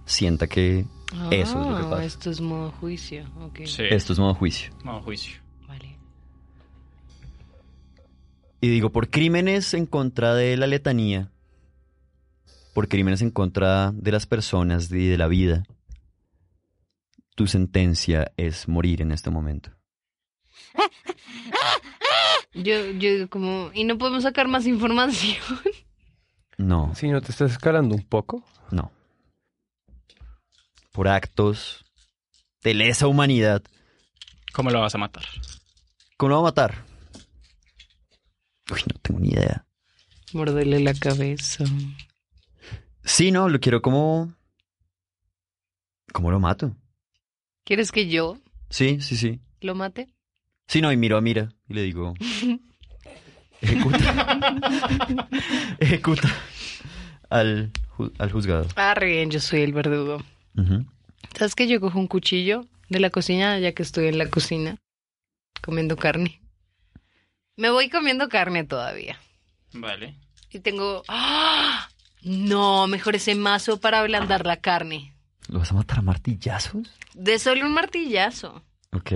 B: sienta que eso es lo que
C: Ah,
B: pasa.
C: Esto es modo juicio. Ok.
A: Sí.
B: Esto es modo juicio.
A: Modo juicio.
C: Vale.
B: Y digo, por crímenes en contra de la letanía, por crímenes en contra de las personas y de la vida, tu sentencia es morir en este momento.
C: Yo, yo como, y no podemos sacar más información.
B: No,
D: Si no te estás escalando un poco.
B: no. Por actos de lesa humanidad.
A: ¿Cómo lo vas a matar?
B: ¿Cómo lo va a matar? Uy, no tengo ni idea.
C: Morderle la cabeza.
B: Sí, no, lo quiero como. ¿Cómo lo mato?
C: ¿Quieres que yo
B: Sí, sí, sí.
C: lo mate?
B: Sí, no, y miro a Mira y le <laughs> digo. <laughs> Ejecuta. ejecuta al ju- al juzgado.
C: Ah, re bien, yo soy el verdugo.
B: Ujú.
C: ¿Sabes que yo cojo un cuchillo de la cocina ya que estoy en la cocina comiendo carne? Me voy comiendo carne todavía.
A: Vale.
C: Y tengo... ¡Ah! No, mejor ese mazo para ablandar la carne.
B: ¿Lo vas a matar a martillazos?
C: De solo un martillazo.
B: Ok.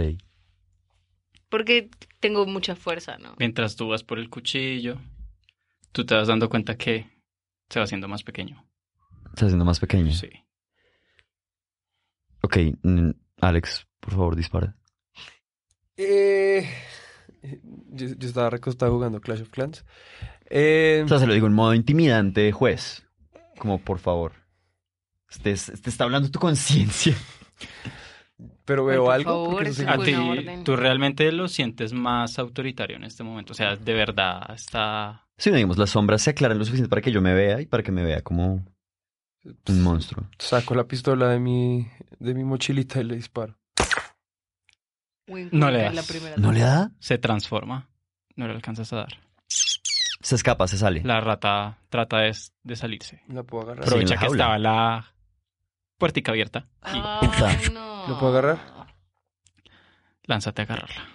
C: Porque tengo mucha fuerza, ¿no?
A: Mientras tú vas por el cuchillo, tú te vas dando cuenta que se va haciendo más pequeño.
B: Está haciendo más pequeño.
A: Sí.
B: Ok, mm, Alex, por favor, dispara.
D: Eh, yo, yo estaba recostado jugando Clash of Clans. Eh,
B: O sea, se lo digo en modo intimidante, juez. Como, por favor. Te, está hablando tu conciencia. <laughs>
D: pero veo
C: Ay, por
D: algo.
C: favor,
D: porque eso
C: sí.
D: se-
A: A
C: Buena
A: ti,
C: orden.
A: tú realmente lo sientes más autoritario en este momento. O sea, de verdad está.
B: Sí, digamos, las sombras se aclaran lo suficiente para que yo me vea y para que me vea como un monstruo.
D: Pues, Saco la pistola de mi, de mi mochilita y le disparo.
C: Buen
A: No
C: culo
A: le das.
C: en la primera
B: ¿No le da?
A: Se transforma. No le alcanzas a dar.
B: Se escapa, se sale.
A: La rata trata de, de salirse.
D: La puedo agarrar.
B: Pero-
A: Aprovecha
B: la
A: que
B: jaula.
A: estaba la puertica abierta y
C: Ah. Ay, no.
D: ¿Lo puedo agarrar?
A: lánzate a agarrarla.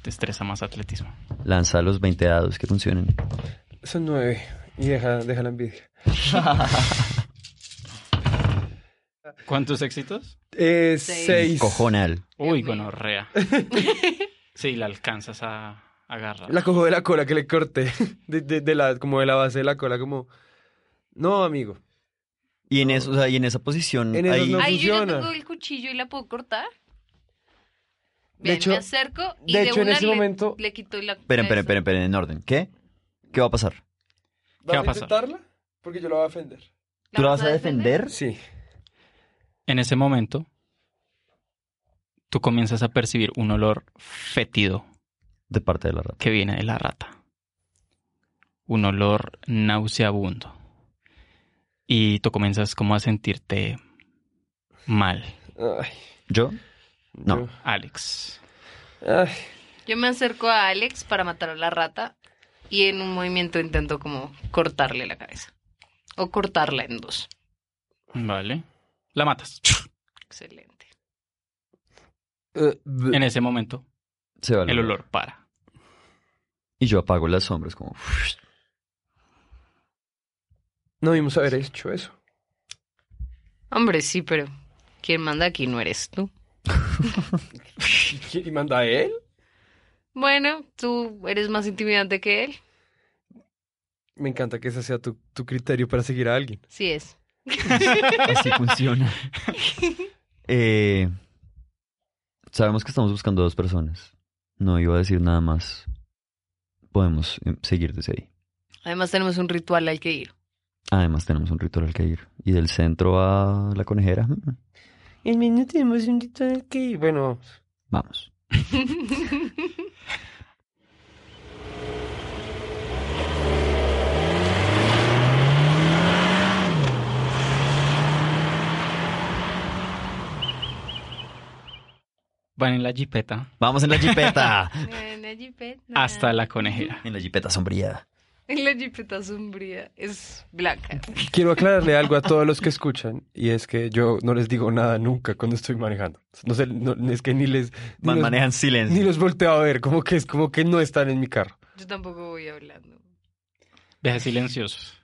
A: Te estresa más atletismo.
B: Lanza los 20 dados que funcionen.
D: Son nueve. Y deja, deja la envidia.
A: ¿Cuántos éxitos?
D: Eh,
C: Seis.
D: seis.
B: Cojonal.
A: Uy,
C: mío.
A: gonorrea. Sí, la alcanzas a agarrar.
D: La cojo de la cola que le corté. <laughs> De, de- de la, como de la base de la cola, como. No, amigo.
B: Y en eso, o sea, y en esa posición
D: En esos
B: ahí
D: no
C: Ay, yo no
D: funciona.
C: tengo el cuchillo y la puedo cortar.
D: De
C: Bien,
D: hecho-
C: me acerco y
D: de
C: de,
D: hecho, en
C: una
D: ese
C: le,
D: momento-
C: le quito la
B: Esperen, esperen,
C: cabeza.
B: esperen, esperen, en orden. ¿Qué? ¿Qué va a pasar?
D: ¿Vas
A: va a
D: a
A: pasar?
D: intentarla? Porque yo la voy a defender.
B: ¿Tú la vas a defender?
D: Sí.
A: En ese momento, tú comienzas a percibir un olor fétido
B: De parte de la rata.
A: que viene de la rata. Un olor nauseabundo. Y tú comienzas como a sentirte mal,
D: Ay,
B: ¿Yo? No.
D: yo-
A: Alex.
D: Ay,
C: Yo me acerco a Alex para matar a la rata y en un movimiento intento como cortarle la cabeza. O cortarla en dos.
A: Vale. La matas.
C: Excelente.
D: eh, b-
A: En ese momento,
B: Se va
A: el olor para.
B: Y yo apago las sombras como... "Fush".
D: no vimos haber hecho eso.
C: Hombre, sí, pero quien manda aquí no eres tú.
D: ¿Y quién- ¿Y manda a él?
C: Bueno, tú eres más intimidante que él.
D: Me encanta que ese sea tu, tu criterio para seguir a alguien.
C: Sí es.
B: <laughs> Así funciona. Eh, sabemos que estamos buscando dos personas. No iba a decir nada más. Podemos eh, seguir desde ahí.
C: Además tenemos un ritual al que ir.
B: Además tenemos un ritual al que ir. Y del centro a la conejera. mm,
D: En mi no tenemos un ritual que. Bueno,
B: Vamos.
A: Van en la jipeta
B: Vamos en la jipeta.
C: En la jipeta.
A: hasta la conejera.
B: en la jipeta sombría.
C: En la jipeta sombría es blanca.
D: quiero aclararle algo a todos los que escuchan. Y es que yo no les digo nada nunca cuando estoy manejando. No sé, no- es que ni les. Ni
B: Man,
D: los,
B: manejan
D: ni
B: silencio.
D: los volteo a ver. Como que es como que no están en mi carro.
C: Yo tampoco voy hablando.
A: Viajes silenciosos.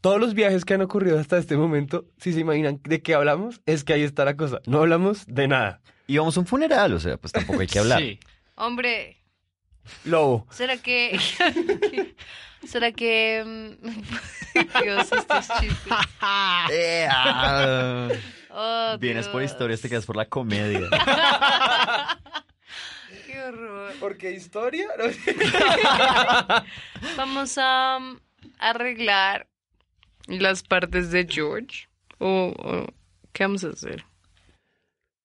D: Todos los viajes que han ocurrido hasta este momento, si se imaginan de qué hablamos, es que ahí está la cosa. No hablamos de nada.
B: Y vamos a un funeral, o sea, pues tampoco hay que hablar.
A: Sí.
C: Hombre,
D: Lobo.
C: ¿será que... <laughs> ¿Será que... mm, <laughs> Dios, estos chistes.
B: Eh, ah.
C: Oh,
B: Vienes por
C: Dios.
B: historias, te quedas por la comedia.
C: <laughs>
B: <laughs>
C: Qué horror.
D: Porque historia.
C: Vamos a mm, arreglar las partes de George. O, o- ¿Qué vamos a hacer?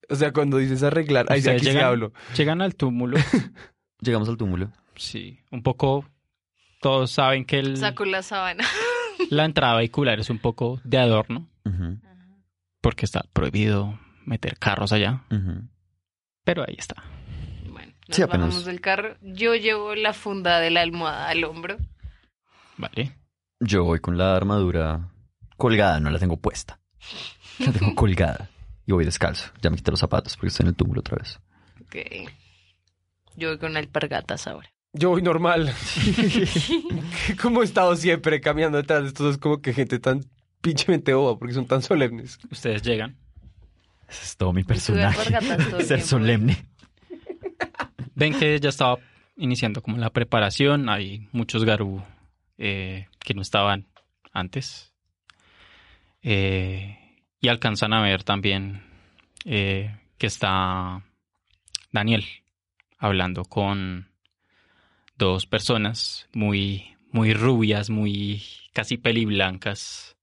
D: o sea, cuando dices arreglar, ahí sí
A: Ustedes
D: aquí sí
A: llegan-
D: hablo.
A: Llegan al túmulo.
B: Llegamos al túmulo.
A: Sí, un poco. Todos saben que el-
C: Saco la sábana. <laughs>
A: la entrada vehicular es un poco de adorno,
B: Ujú,
A: porque está prohibido meter carros allá,
B: ujú.
A: pero ahí está.
C: Bueno, nos
B: Sí, apenas.
C: bajamos del carro. Yo llevo la funda de la almohada al hombro.
A: Vale.
B: Yo voy con la armadura colgada, no la tengo puesta. La tengo colgada. Y voy descalzo. Ya me quité los zapatos porque estoy en el túmulo otra vez.
C: Ok. Yo voy con alpargatas ahora.
D: Yo
A: <laughs>
D: voy normal. <laughs> como he estado siempre caminando detrás de estos, es como que gente tan pinchemente boba porque son tan solemnes.
A: Ustedes llegan.
B: Ese es todo mi
C: Estuve
B: personaje.
C: alpargatas todo el
B: Ser
C: tiempo.
B: solemne.
A: Ven que ya estaba iniciando como la preparación. Hay muchos garú eh, que no estaban antes. Eh, y alcanzan a ver también eh, que está Daniel hablando con dos personas muy, muy rubias, muy casi peliblancas.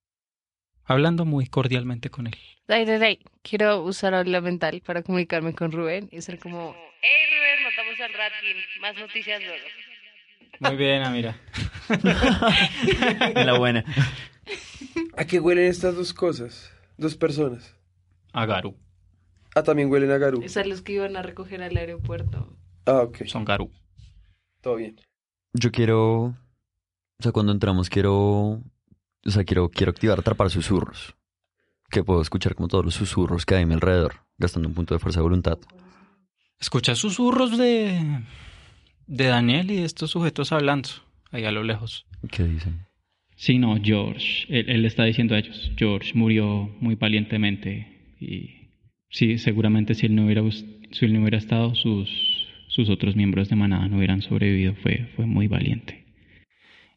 A: Hablando muy cordialmente con él.
C: Ay, ay, ay. Quiero usar habla mental para comunicarme con Rubén y ser como... ¡Hey, Rubén! Matamos al Ratkin. Más noticias luego.
A: Muy bien, Amira.
B: De la buena.
D: ¿A qué huelen estas dos cosas? Dos personas.
A: A Garú.
D: Ah, también huelen a Garú.
C: Es a los que iban a recoger al aeropuerto.
D: Ah, ok.
A: Son Garú.
D: Todo bien.
B: Yo quiero. O sea, cuando entramos, quiero. O sea, quiero, quiero activar atrapar susurros. Que puedo escuchar como todos los susurros que hay a mi alrededor, gastando un punto de fuerza de voluntad.
A: Escucha susurros de, de Daniel y de estos sujetos hablando, ahí a lo lejos.
B: ¿Qué dicen?
A: Sí, no, George, él, él le está diciendo a ellos, George murió muy valientemente y sí, seguramente si él no hubiera, us- si él no hubiera estado, sus, sus otros miembros de manada no hubieran sobrevivido, fue, fue muy valiente.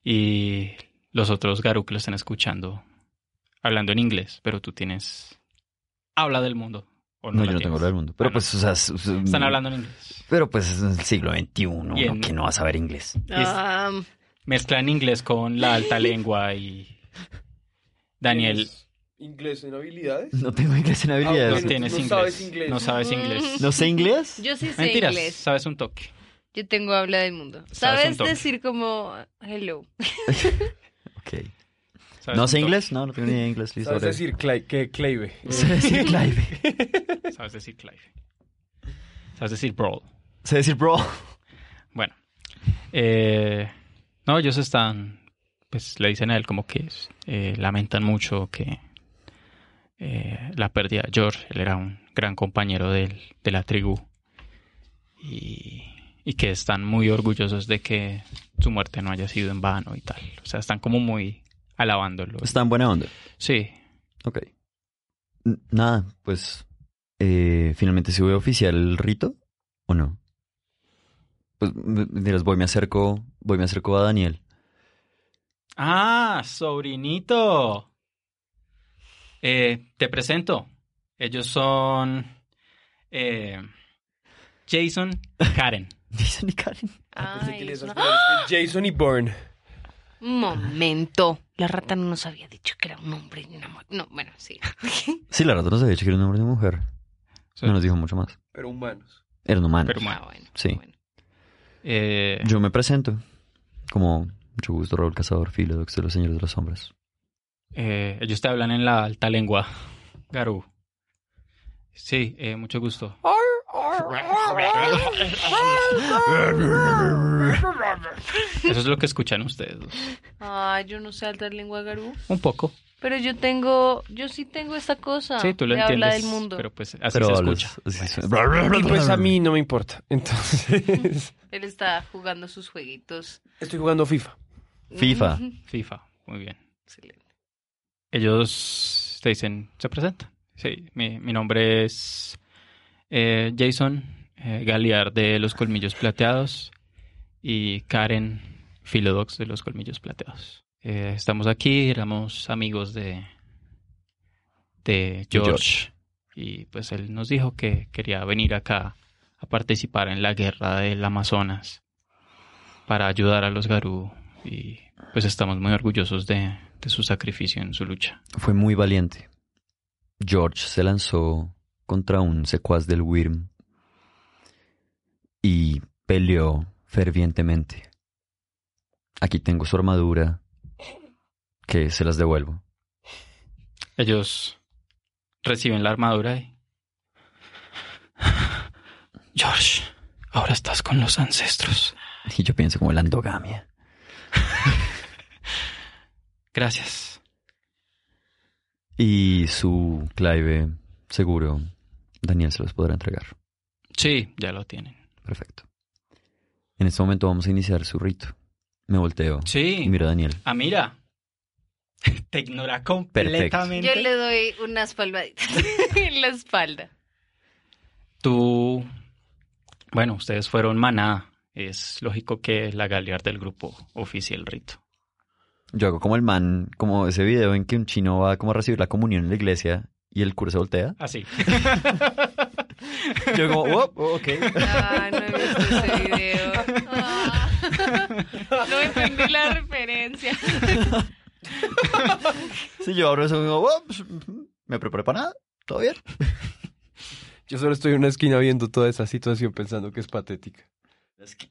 A: Y los otros Garuk lo están escuchando, hablando en inglés, pero tú tienes... Habla del mundo. ¿o
B: No,
A: la
B: yo no
A: tienes?
B: tengo hablar del mundo. Pero
A: Ah, no.
B: pues, o sea. es- es-
A: Están hablando en inglés.
B: Pero pues es el siglo XXI, uno
A: Y en-
B: que no va a saber inglés.
A: es-
C: Um,
A: Mezclan inglés con la alta lengua y Daniel
D: ¿Tienes ¿Inglés en habilidades?
B: No tengo inglés en
D: Ah,
A: no
B: habilidades.
D: bueno.
A: tienes
D: no
A: inglés,
D: sabes inglés.
A: No sabes inglés.
B: ¿No sé inglés?
C: Yo sí sé
A: Mentiras,
C: inglés.
A: sabes un toque.
C: Yo tengo habla del mundo.
A: Sabes un
C: ¿Sabes
A: toque.
C: decir como <laughs> hello?
B: Ok.
A: sabes
B: ¿No
A: un
B: sé
A: toque,
B: inglés? No, no tengo ni idea de inglés. Listo,
D: ¿Sabes
B: breve.
D: decir Clay- que Clave?
B: Sé decir Clive.
A: Sabes decir Clive. Sabes decir brawl.
B: Sé decir bro. <laughs>
A: Bueno. eh, no, ellos están, pues le dicen a él como que eh, lamentan mucho que eh, la pérdida de George, él era un gran compañero del- de la tribu y, y que están muy orgullosos de que su muerte no haya sido en vano y tal. O sea, están como muy alabándolo.
B: Está en buena onda.
A: Sí,
B: Ok. N- Nada, pues. eh, Finalmente, ¿se vuelve oficial el rito o no? Pues, m- mientras voy, me acerco. Voy, me acerco a Daniel. <laughs>
A: Ah, sobrinito. Eh, te presento. Ellos son eh, Jason, Karen.
B: Jason y Karen.
D: Pensé que
C: Ay,
D: le
C: es
D: ibas a
C: una-
D: poner Jason y Bourne.
C: Un momento. La rata no nos había dicho que era un hombre y una mujer. No, bueno,
A: <laughs>
C: sí.
B: Sí, la rata nos había dicho que era un hombre y una mujer.
A: Sí.
B: No nos dijo mucho más.
D: Pero humanos.
B: Eran humanos.
A: Pero bueno.
C: Ah, bueno.
B: Sí.
C: bueno.
A: Eh,
B: Yo me presento. Como mucho gusto, Raúl Cazador, Filodox de los Señores de las Sombras.
A: eh, ellos te hablan en la alta lengua, Garú. Sí, eh, mucho gusto. Eso es lo que escuchan ustedes. dos.
C: Ay, Ah, yo no sé hablar lengua garú.
A: Un poco.
C: Pero yo tengo, yo sí tengo esta cosa.
A: Sí, tú lo
C: Ah, de
A: entiendes.
C: habla del mundo.
A: Pero pues así
B: Pero
A: se
B: hablas-
A: escucha.
B: así suena.
D: Y pues a mí no me importa. <laughs> Entonces,
C: Él está jugando sus jueguitos.
D: estoy jugando FIFA.
B: FIFA.
A: FIFA, muy bien.
C: Excelente.
A: ellos te dicen, se presenta. Sí, mi, mi nombre es eh, Jason eh, Galear de los Colmillos Plateados y Karen Filodox de los Colmillos Plateados. Eh, estamos aquí, éramos amigos de, de George, y pues él nos dijo que quería venir acá a participar en la guerra del Amazonas para ayudar a los Garú y pues estamos muy orgullosos de, de su sacrificio en su lucha.
B: Fue muy valiente. George se lanzó contra un secuaz del Wyrm y peleó fervientemente. Aquí tengo su armadura, que se las devuelvo.
A: Ellos reciben la armadura y... <sighs> George, ahora estás con los ancestros.
B: Y yo pienso como la endogamia.
A: Gracias.
B: Y su clave, seguro, Daniel se los podrá entregar.
A: Sí, ya lo tienen.
B: Perfecto. En este momento vamos a iniciar su rito. Me volteo y
A: Sí.
B: miro a Daniel.
A: Ah, mira. <laughs> Te ignora completamente.
C: Yo le doy unas palmaditas <laughs> en la espalda.
A: Tú. Bueno, ustedes fueron maná. Es lógico que la galear del grupo oficie el rito.
B: Yo hago como el man, como ese video en que un chino va como a recibir la comunión en la iglesia y el cura se voltea.
A: Así.
B: Yo como, "Oh, oh, ok.
C: Ah, no he visto <laughs> ese video. Ah. No entendí la referencia.
B: Si yo abro eso, digo, "Oh, pues, me preparé para nada, todo bien.
D: Yo solo estoy en una esquina viendo toda esa situación pensando que es patética.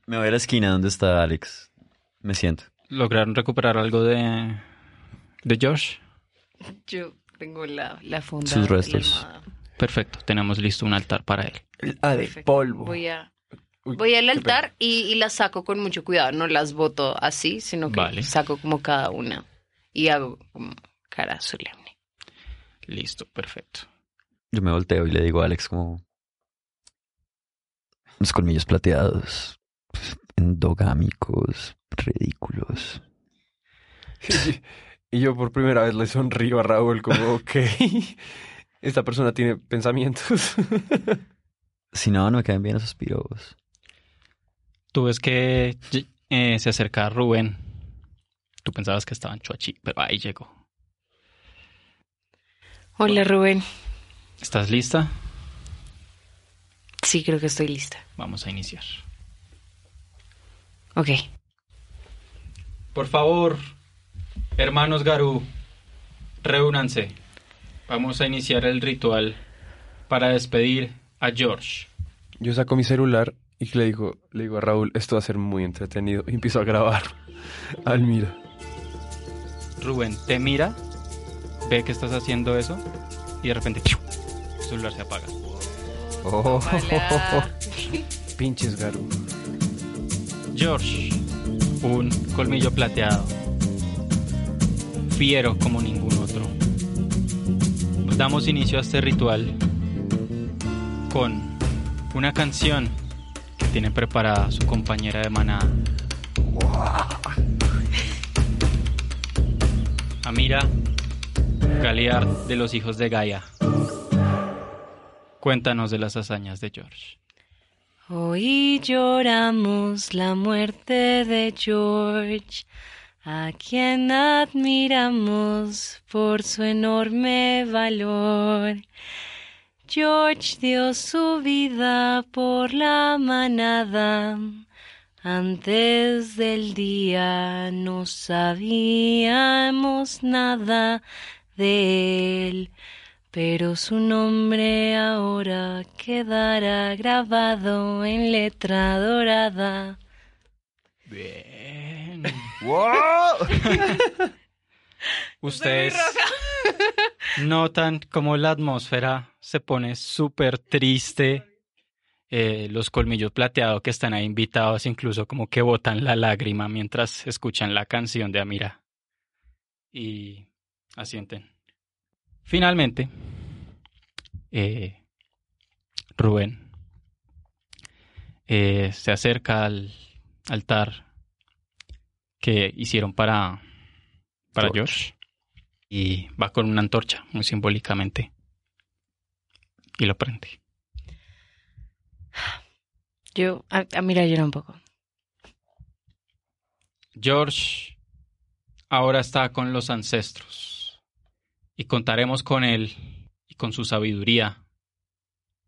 B: Me voy a la esquina donde está Alex. Me siento.
A: <laughs> ¿Lograron recuperar algo de. de Josh?
C: <laughs> Yo tengo la, la funda.
B: Sus
C: de la
B: restos.
C: almohada.
A: Perfecto, tenemos listo un altar para él.
D: Ah,
C: Perfecto. Voy a,
B: Oh.
D: Uy,
C: voy al
D: qué
C: altar y, y las saco con mucho cuidado. No las boto así, sino que
A: Vale.
C: saco como cada una y hago como cara solemne.
A: Listo, perfecto.
B: Yo me volteo y le digo a Alex como... Los colmillos plateados, pues, endogámicos, ridículos.
D: pena. <laughs> Y yo por primera vez le sonrío a Raúl <laughs> como, ok, esta persona tiene pensamientos. <laughs>
B: Si no, no me caen bien esos piros.
A: Tú ves que eh, se acerca Rubén. Tú pensabas que estaban chuachi, pero ahí llegó.
C: Hola, Rubén.
A: ¿Estás lista?
C: Sí, creo que estoy lista.
A: Vamos a iniciar.
C: Ok.
A: Por favor, hermanos Garú, reúnanse. Vamos a iniciar el ritual para despedir a George.
D: Yo saco mi celular y le digo, le digo a Raúl, esto va a ser muy entretenido. Y empiezo a grabar. <laughs> Almira.
A: Rubén te mira, ve que estás haciendo eso y de repente ¡piu! el celular se apaga.
C: Hola.
D: <laughs> Pinches Garú.
A: George, un colmillo plateado, fiero como ningún otro. Damos inicio a este ritual con una canción que tiene preparada su compañera de manada. Amira Galear de los hijos de Gaia. Cuéntanos de las hazañas de George.
C: Hoy lloramos la muerte de George, a quien admiramos por su enorme valor. George dio su vida por la manada. Antes del día no sabíamos nada de él, pero su nombre ahora quedará grabado en letra dorada.
A: Bien.
B: ¡Wow!
A: Ustedes <laughs> notan como la atmósfera se pone súper triste. Eh, los colmillos plateados que están ahí invitados incluso como que botan la lágrima mientras escuchan la canción de Amira. Y asienten. Finalmente, eh, Rubén eh, se acerca al altar que hicieron para, para George y va con una antorcha, muy simbólicamente, y lo prende.
C: Yo, a, a- mira, llora un poco.
A: George ahora está con los ancestros y contaremos con él y con su sabiduría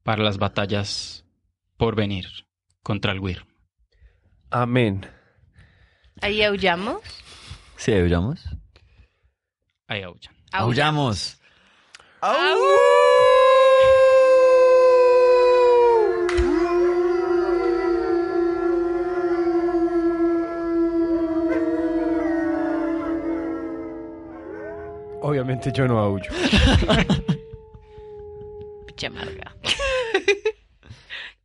A: para las batallas por venir contra el Wyrm.
D: Amén.
C: Ahí aullamos.
B: ¿Sí aullamos?
A: Ahí aullan.
B: ¡Aullamos!
D: Obviamente yo no aullo.
C: <laughs> Picha amarga.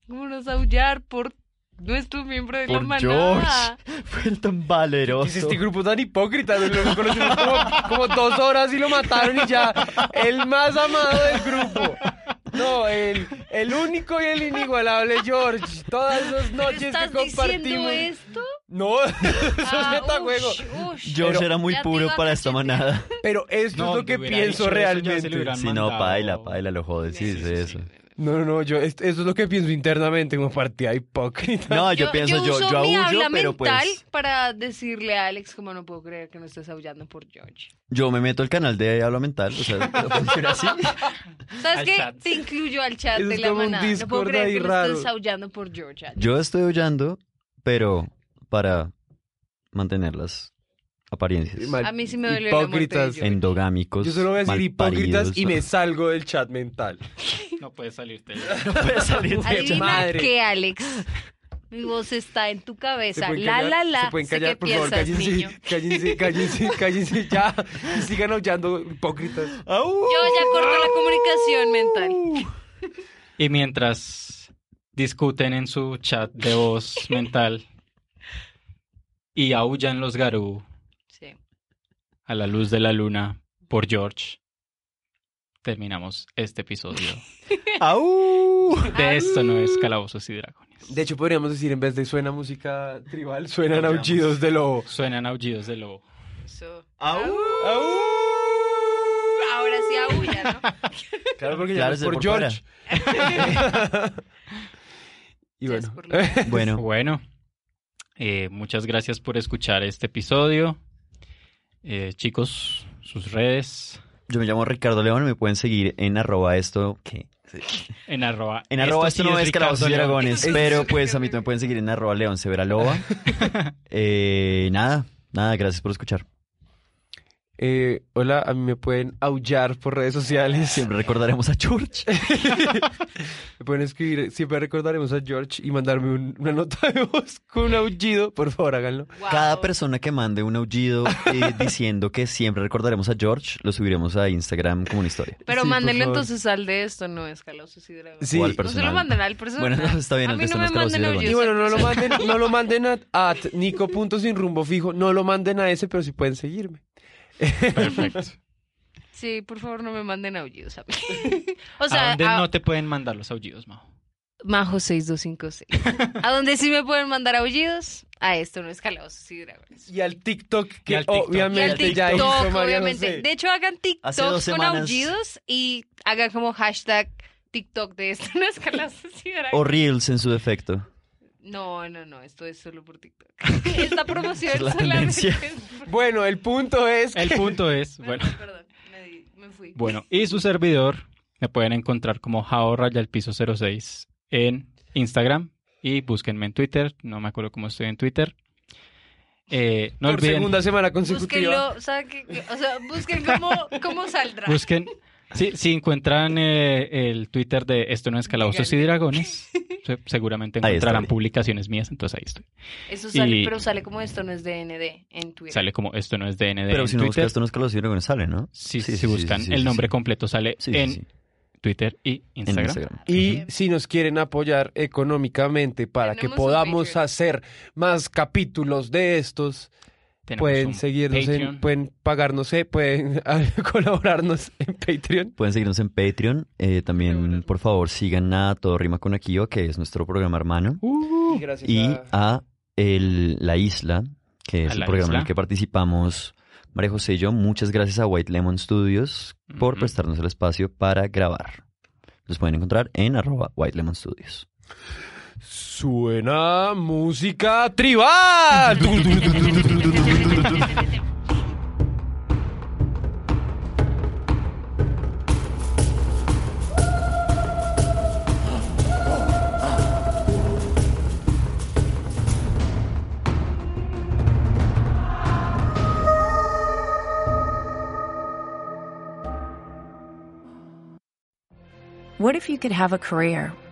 C: Vámonos a aullar por no es tu miembro de la
B: Por
C: manada.
B: George, <laughs> fue el tan
D: ¿Qué
B: valeroso.
D: es este grupo tan hipócrita? Nos lo conocimos como, como dos horas y lo mataron y ya. El más amado del grupo. No, el, el único y el inigualable George. Todas las noches
C: ¿Estás
D: que
C: diciendo
D: compartimos.
C: <laughs> esto?
D: No, <laughs> eso es
C: Ah,
D: metajuego.
C: ush, ush.
B: George
D: Pero-
B: era muy
C: Ya te
B: puro
C: iba a
B: para esta
C: cachetear. <laughs>
B: manada.
D: Pero esto
A: No,
D: es lo que
A: le hubiera
D: pienso
A: dicho eso, ya se le
D: realmente.
A: hubiera- Han
B: Si no,
A: mandado.
B: paila, paila, lo jodes, sí, dice eso.
D: No, no, no, yo, esto, esto es lo que pienso internamente como partida hipócrita.
B: No, Ah, yo, pienso, yo,
C: uso
B: yo
C: mi
B: aullo,
C: habla
B: pero pues.
C: mental para decirle a Alex como no puedo creer que no estés aullando por George.
B: Yo me meto al canal de habla mental, o sea, pero
C: <laughs>
B: funciona así.
C: ¿Sabes
A: Al
C: qué?
A: chat.
C: Te incluyo al chat
D: Eso
C: de
D: es
C: la
D: como un
C: manada. No puedo
D: Discord
C: creer
D: ahí
C: que no
D: raro.
C: estés aullando por George. Alex.
B: Yo estoy huyendo, pero para mantener las apariencias.
D: Mal-
C: A mí sí me duele la muerte de
D: Hipócritas.
C: George.
B: Endogámicos.
D: Yo solo voy a decir hipócritas
B: malparidos. <laughs>
D: y me salgo del
C: <laughs>
D: chat mental.
A: No puedes salirte.
B: No puede salir de
D: Adivina.
B: chat.
C: Adivina
D: madre.
C: que Alex. Mi voz está en tu
D: Se
C: cabeza.
D: pueden
C: La,
D: callar,
C: la, la.
D: Se pueden
C: Sé
D: callar,
C: qué
D: por favor,
C: piensas,
D: cállense, <laughs>
C: niño. <laughs>
D: cállense, cállense, cállense ya. Y sigan aullando hipócritas.
B: Au.
C: Yo ya corto la comunicación
D: ¡Uh!
C: mental.
A: Y mientras discuten en su chat de voz mental y aullan los garú
C: Sí.
A: a la luz de la luna por George, terminamos este episodio
B: Au.
A: de Esto no es Calabozos y Dragones.
D: De hecho, podríamos decir, en vez de suena música tribal, suenan aullidos de lobo.
A: Suenan aullidos de lobo.
C: Eso. Uh.
B: Au.
D: Uh.
C: Ahora sí aúlla,
D: <laughs>
C: ¿no?
D: Claro,
B: Claro,
D: porque ya
B: es
D: no es
B: de
D: por
B: por
D: George.
C: <laughs>
D: <laughs> y
C: Ya es
D: bueno.
C: por la-
B: Bueno,
A: Bueno, eh, muchas gracias por escuchar este episodio. Eh, chicos, sus redes
B: yo me llamo Ricardo León, me pueden seguir en arroba esto, ¿qué?
A: en arroba.
B: En arroba esto,
A: sí
B: no es
A: Ricardo
B: Calabozos y
A: León. <laughs>
B: Dragones,
D: Esto
B: pero
C: es-
B: pues a mí también pueden seguir en arroba León Severaloba. eh, nada, nada, gracias por escuchar.
D: <laughs> Eh, hola, a mí me pueden aullar por redes sociales.
B: Siempre recordaremos a George.
D: Me pueden escribir, siempre recordaremos a George y mandarme un- una nota de voz con un aullido. Por favor, háganlo.
C: Guau.
B: Cada persona que mande un aullido
A: <laughs>
B: eh, diciendo que siempre recordaremos a George, lo subiremos a Instagram como una historia.
C: Pero
D: Sí, por
C: mándenlo
D: favor.
C: entonces al de esto, no escalosos y dragones.
D: Sí.
B: O al
C: No se lo
B: personal.
C: manden al personal.
B: Bueno, no, está bien,
C: A
B: al
C: mí
B: de
C: no
B: esto
C: me
B: no es
C: manden
B: Calabozos y
D: Y bueno, no lo manden, no lo manden a, a Nico punto sin rumbo fijo. No lo manden a ese, pero sí pueden seguirme.
A: Perfecto.
C: Sí, por favor, no me manden aullidos a
D: <laughs>
C: mí. o
A: ¿A
C: sea,
A: dónde
C: a-
A: no te pueden mandar los aullidos, Majo?
C: Majo 6256. a donde sí me pueden mandar aullidos, a esto no es calabozos y dragones.
D: Y al TikTok,
A: Y
D: que
A: al TikTok.
C: Y al
D: obviamente ya
C: TikTok,
D: hizo María
C: obviamente.
D: José.
C: De hecho, hagan
B: Hace dos
C: TikTok con
B: semanas-
C: aullidos y hagan como hashtag TikTok de esto no es calabozos y dragones.
B: O Reels en su defecto.
C: No, no, no, esto es solo por TikTok. Esta promoción
B: Es la
C: solamente
B: tendencia.
C: es por...
D: Bueno, el punto es que
A: El punto
C: <laughs>
A: es, bueno.
C: Perdón, perdón, me, di- me fui.
A: Bueno, y su servidor me pueden encontrar como Jao Raya al Piso 06 en Instagram y búsquenme en Twitter. No me acuerdo cómo estoy en Twitter. Eh, no
D: por
A: olviden,
D: segunda semana consecutiva.
C: Búsquenlo, ¿saben qué? qué? O sea, busquen cómo, cómo saldrá.
A: busquen. Sí, si encuentran eh, el Twitter de Esto no es Calabozos y
C: <laughs>
A: Dragones, se- seguramente
B: Ahí
A: encontrarán
B: estoy.
A: publicaciones mías, entonces ahí estoy.
C: Eso sale,
A: Y-
C: pero sale como esto no es DND en Twitter.
A: Sale como Esto no es DND
B: Pero
A: en
B: si no buscas
A: Twitter.
B: esto, no es que los dragones sale, ¿no?
A: Sí,
B: Sí,
A: si
B: sí, sí,
A: buscan
B: sí, sí,
A: el
B: sí,
A: nombre
B: sí.
A: completo sale
B: Sí, sí,
A: en
B: sí.
A: Twitter y
B: En
A: Instagram.
B: Instagram.
D: Y si nos quieren apoyar económicamente para que
C: Tenemos un
D: podamos
C: Patreon.
D: hacer más capítulos de estos,
A: Tenemos
D: pueden
A: un
D: seguirnos, en,
A: Patreon.
D: pueden pagarnos, eh, pueden <laughs> colaborarnos en Patreon.
B: Pueden seguirnos en Patreon. eh, también, por favor, sigan a Todo Rima con Akio, que es nuestro programa hermano.
D: Y gracias
B: Y
D: a-
B: a el- La Isla, que
A: A
B: es el
A: La
B: programa en
A: Isla.
B: el que participamos María José y yo. Muchas gracias a White Lemon Studios por
A: Ujú.
B: prestarnos el espacio para grabar. Los pueden encontrar en arroba White Lemon Studios.
D: Suena música tribal.
G: What if you could have a career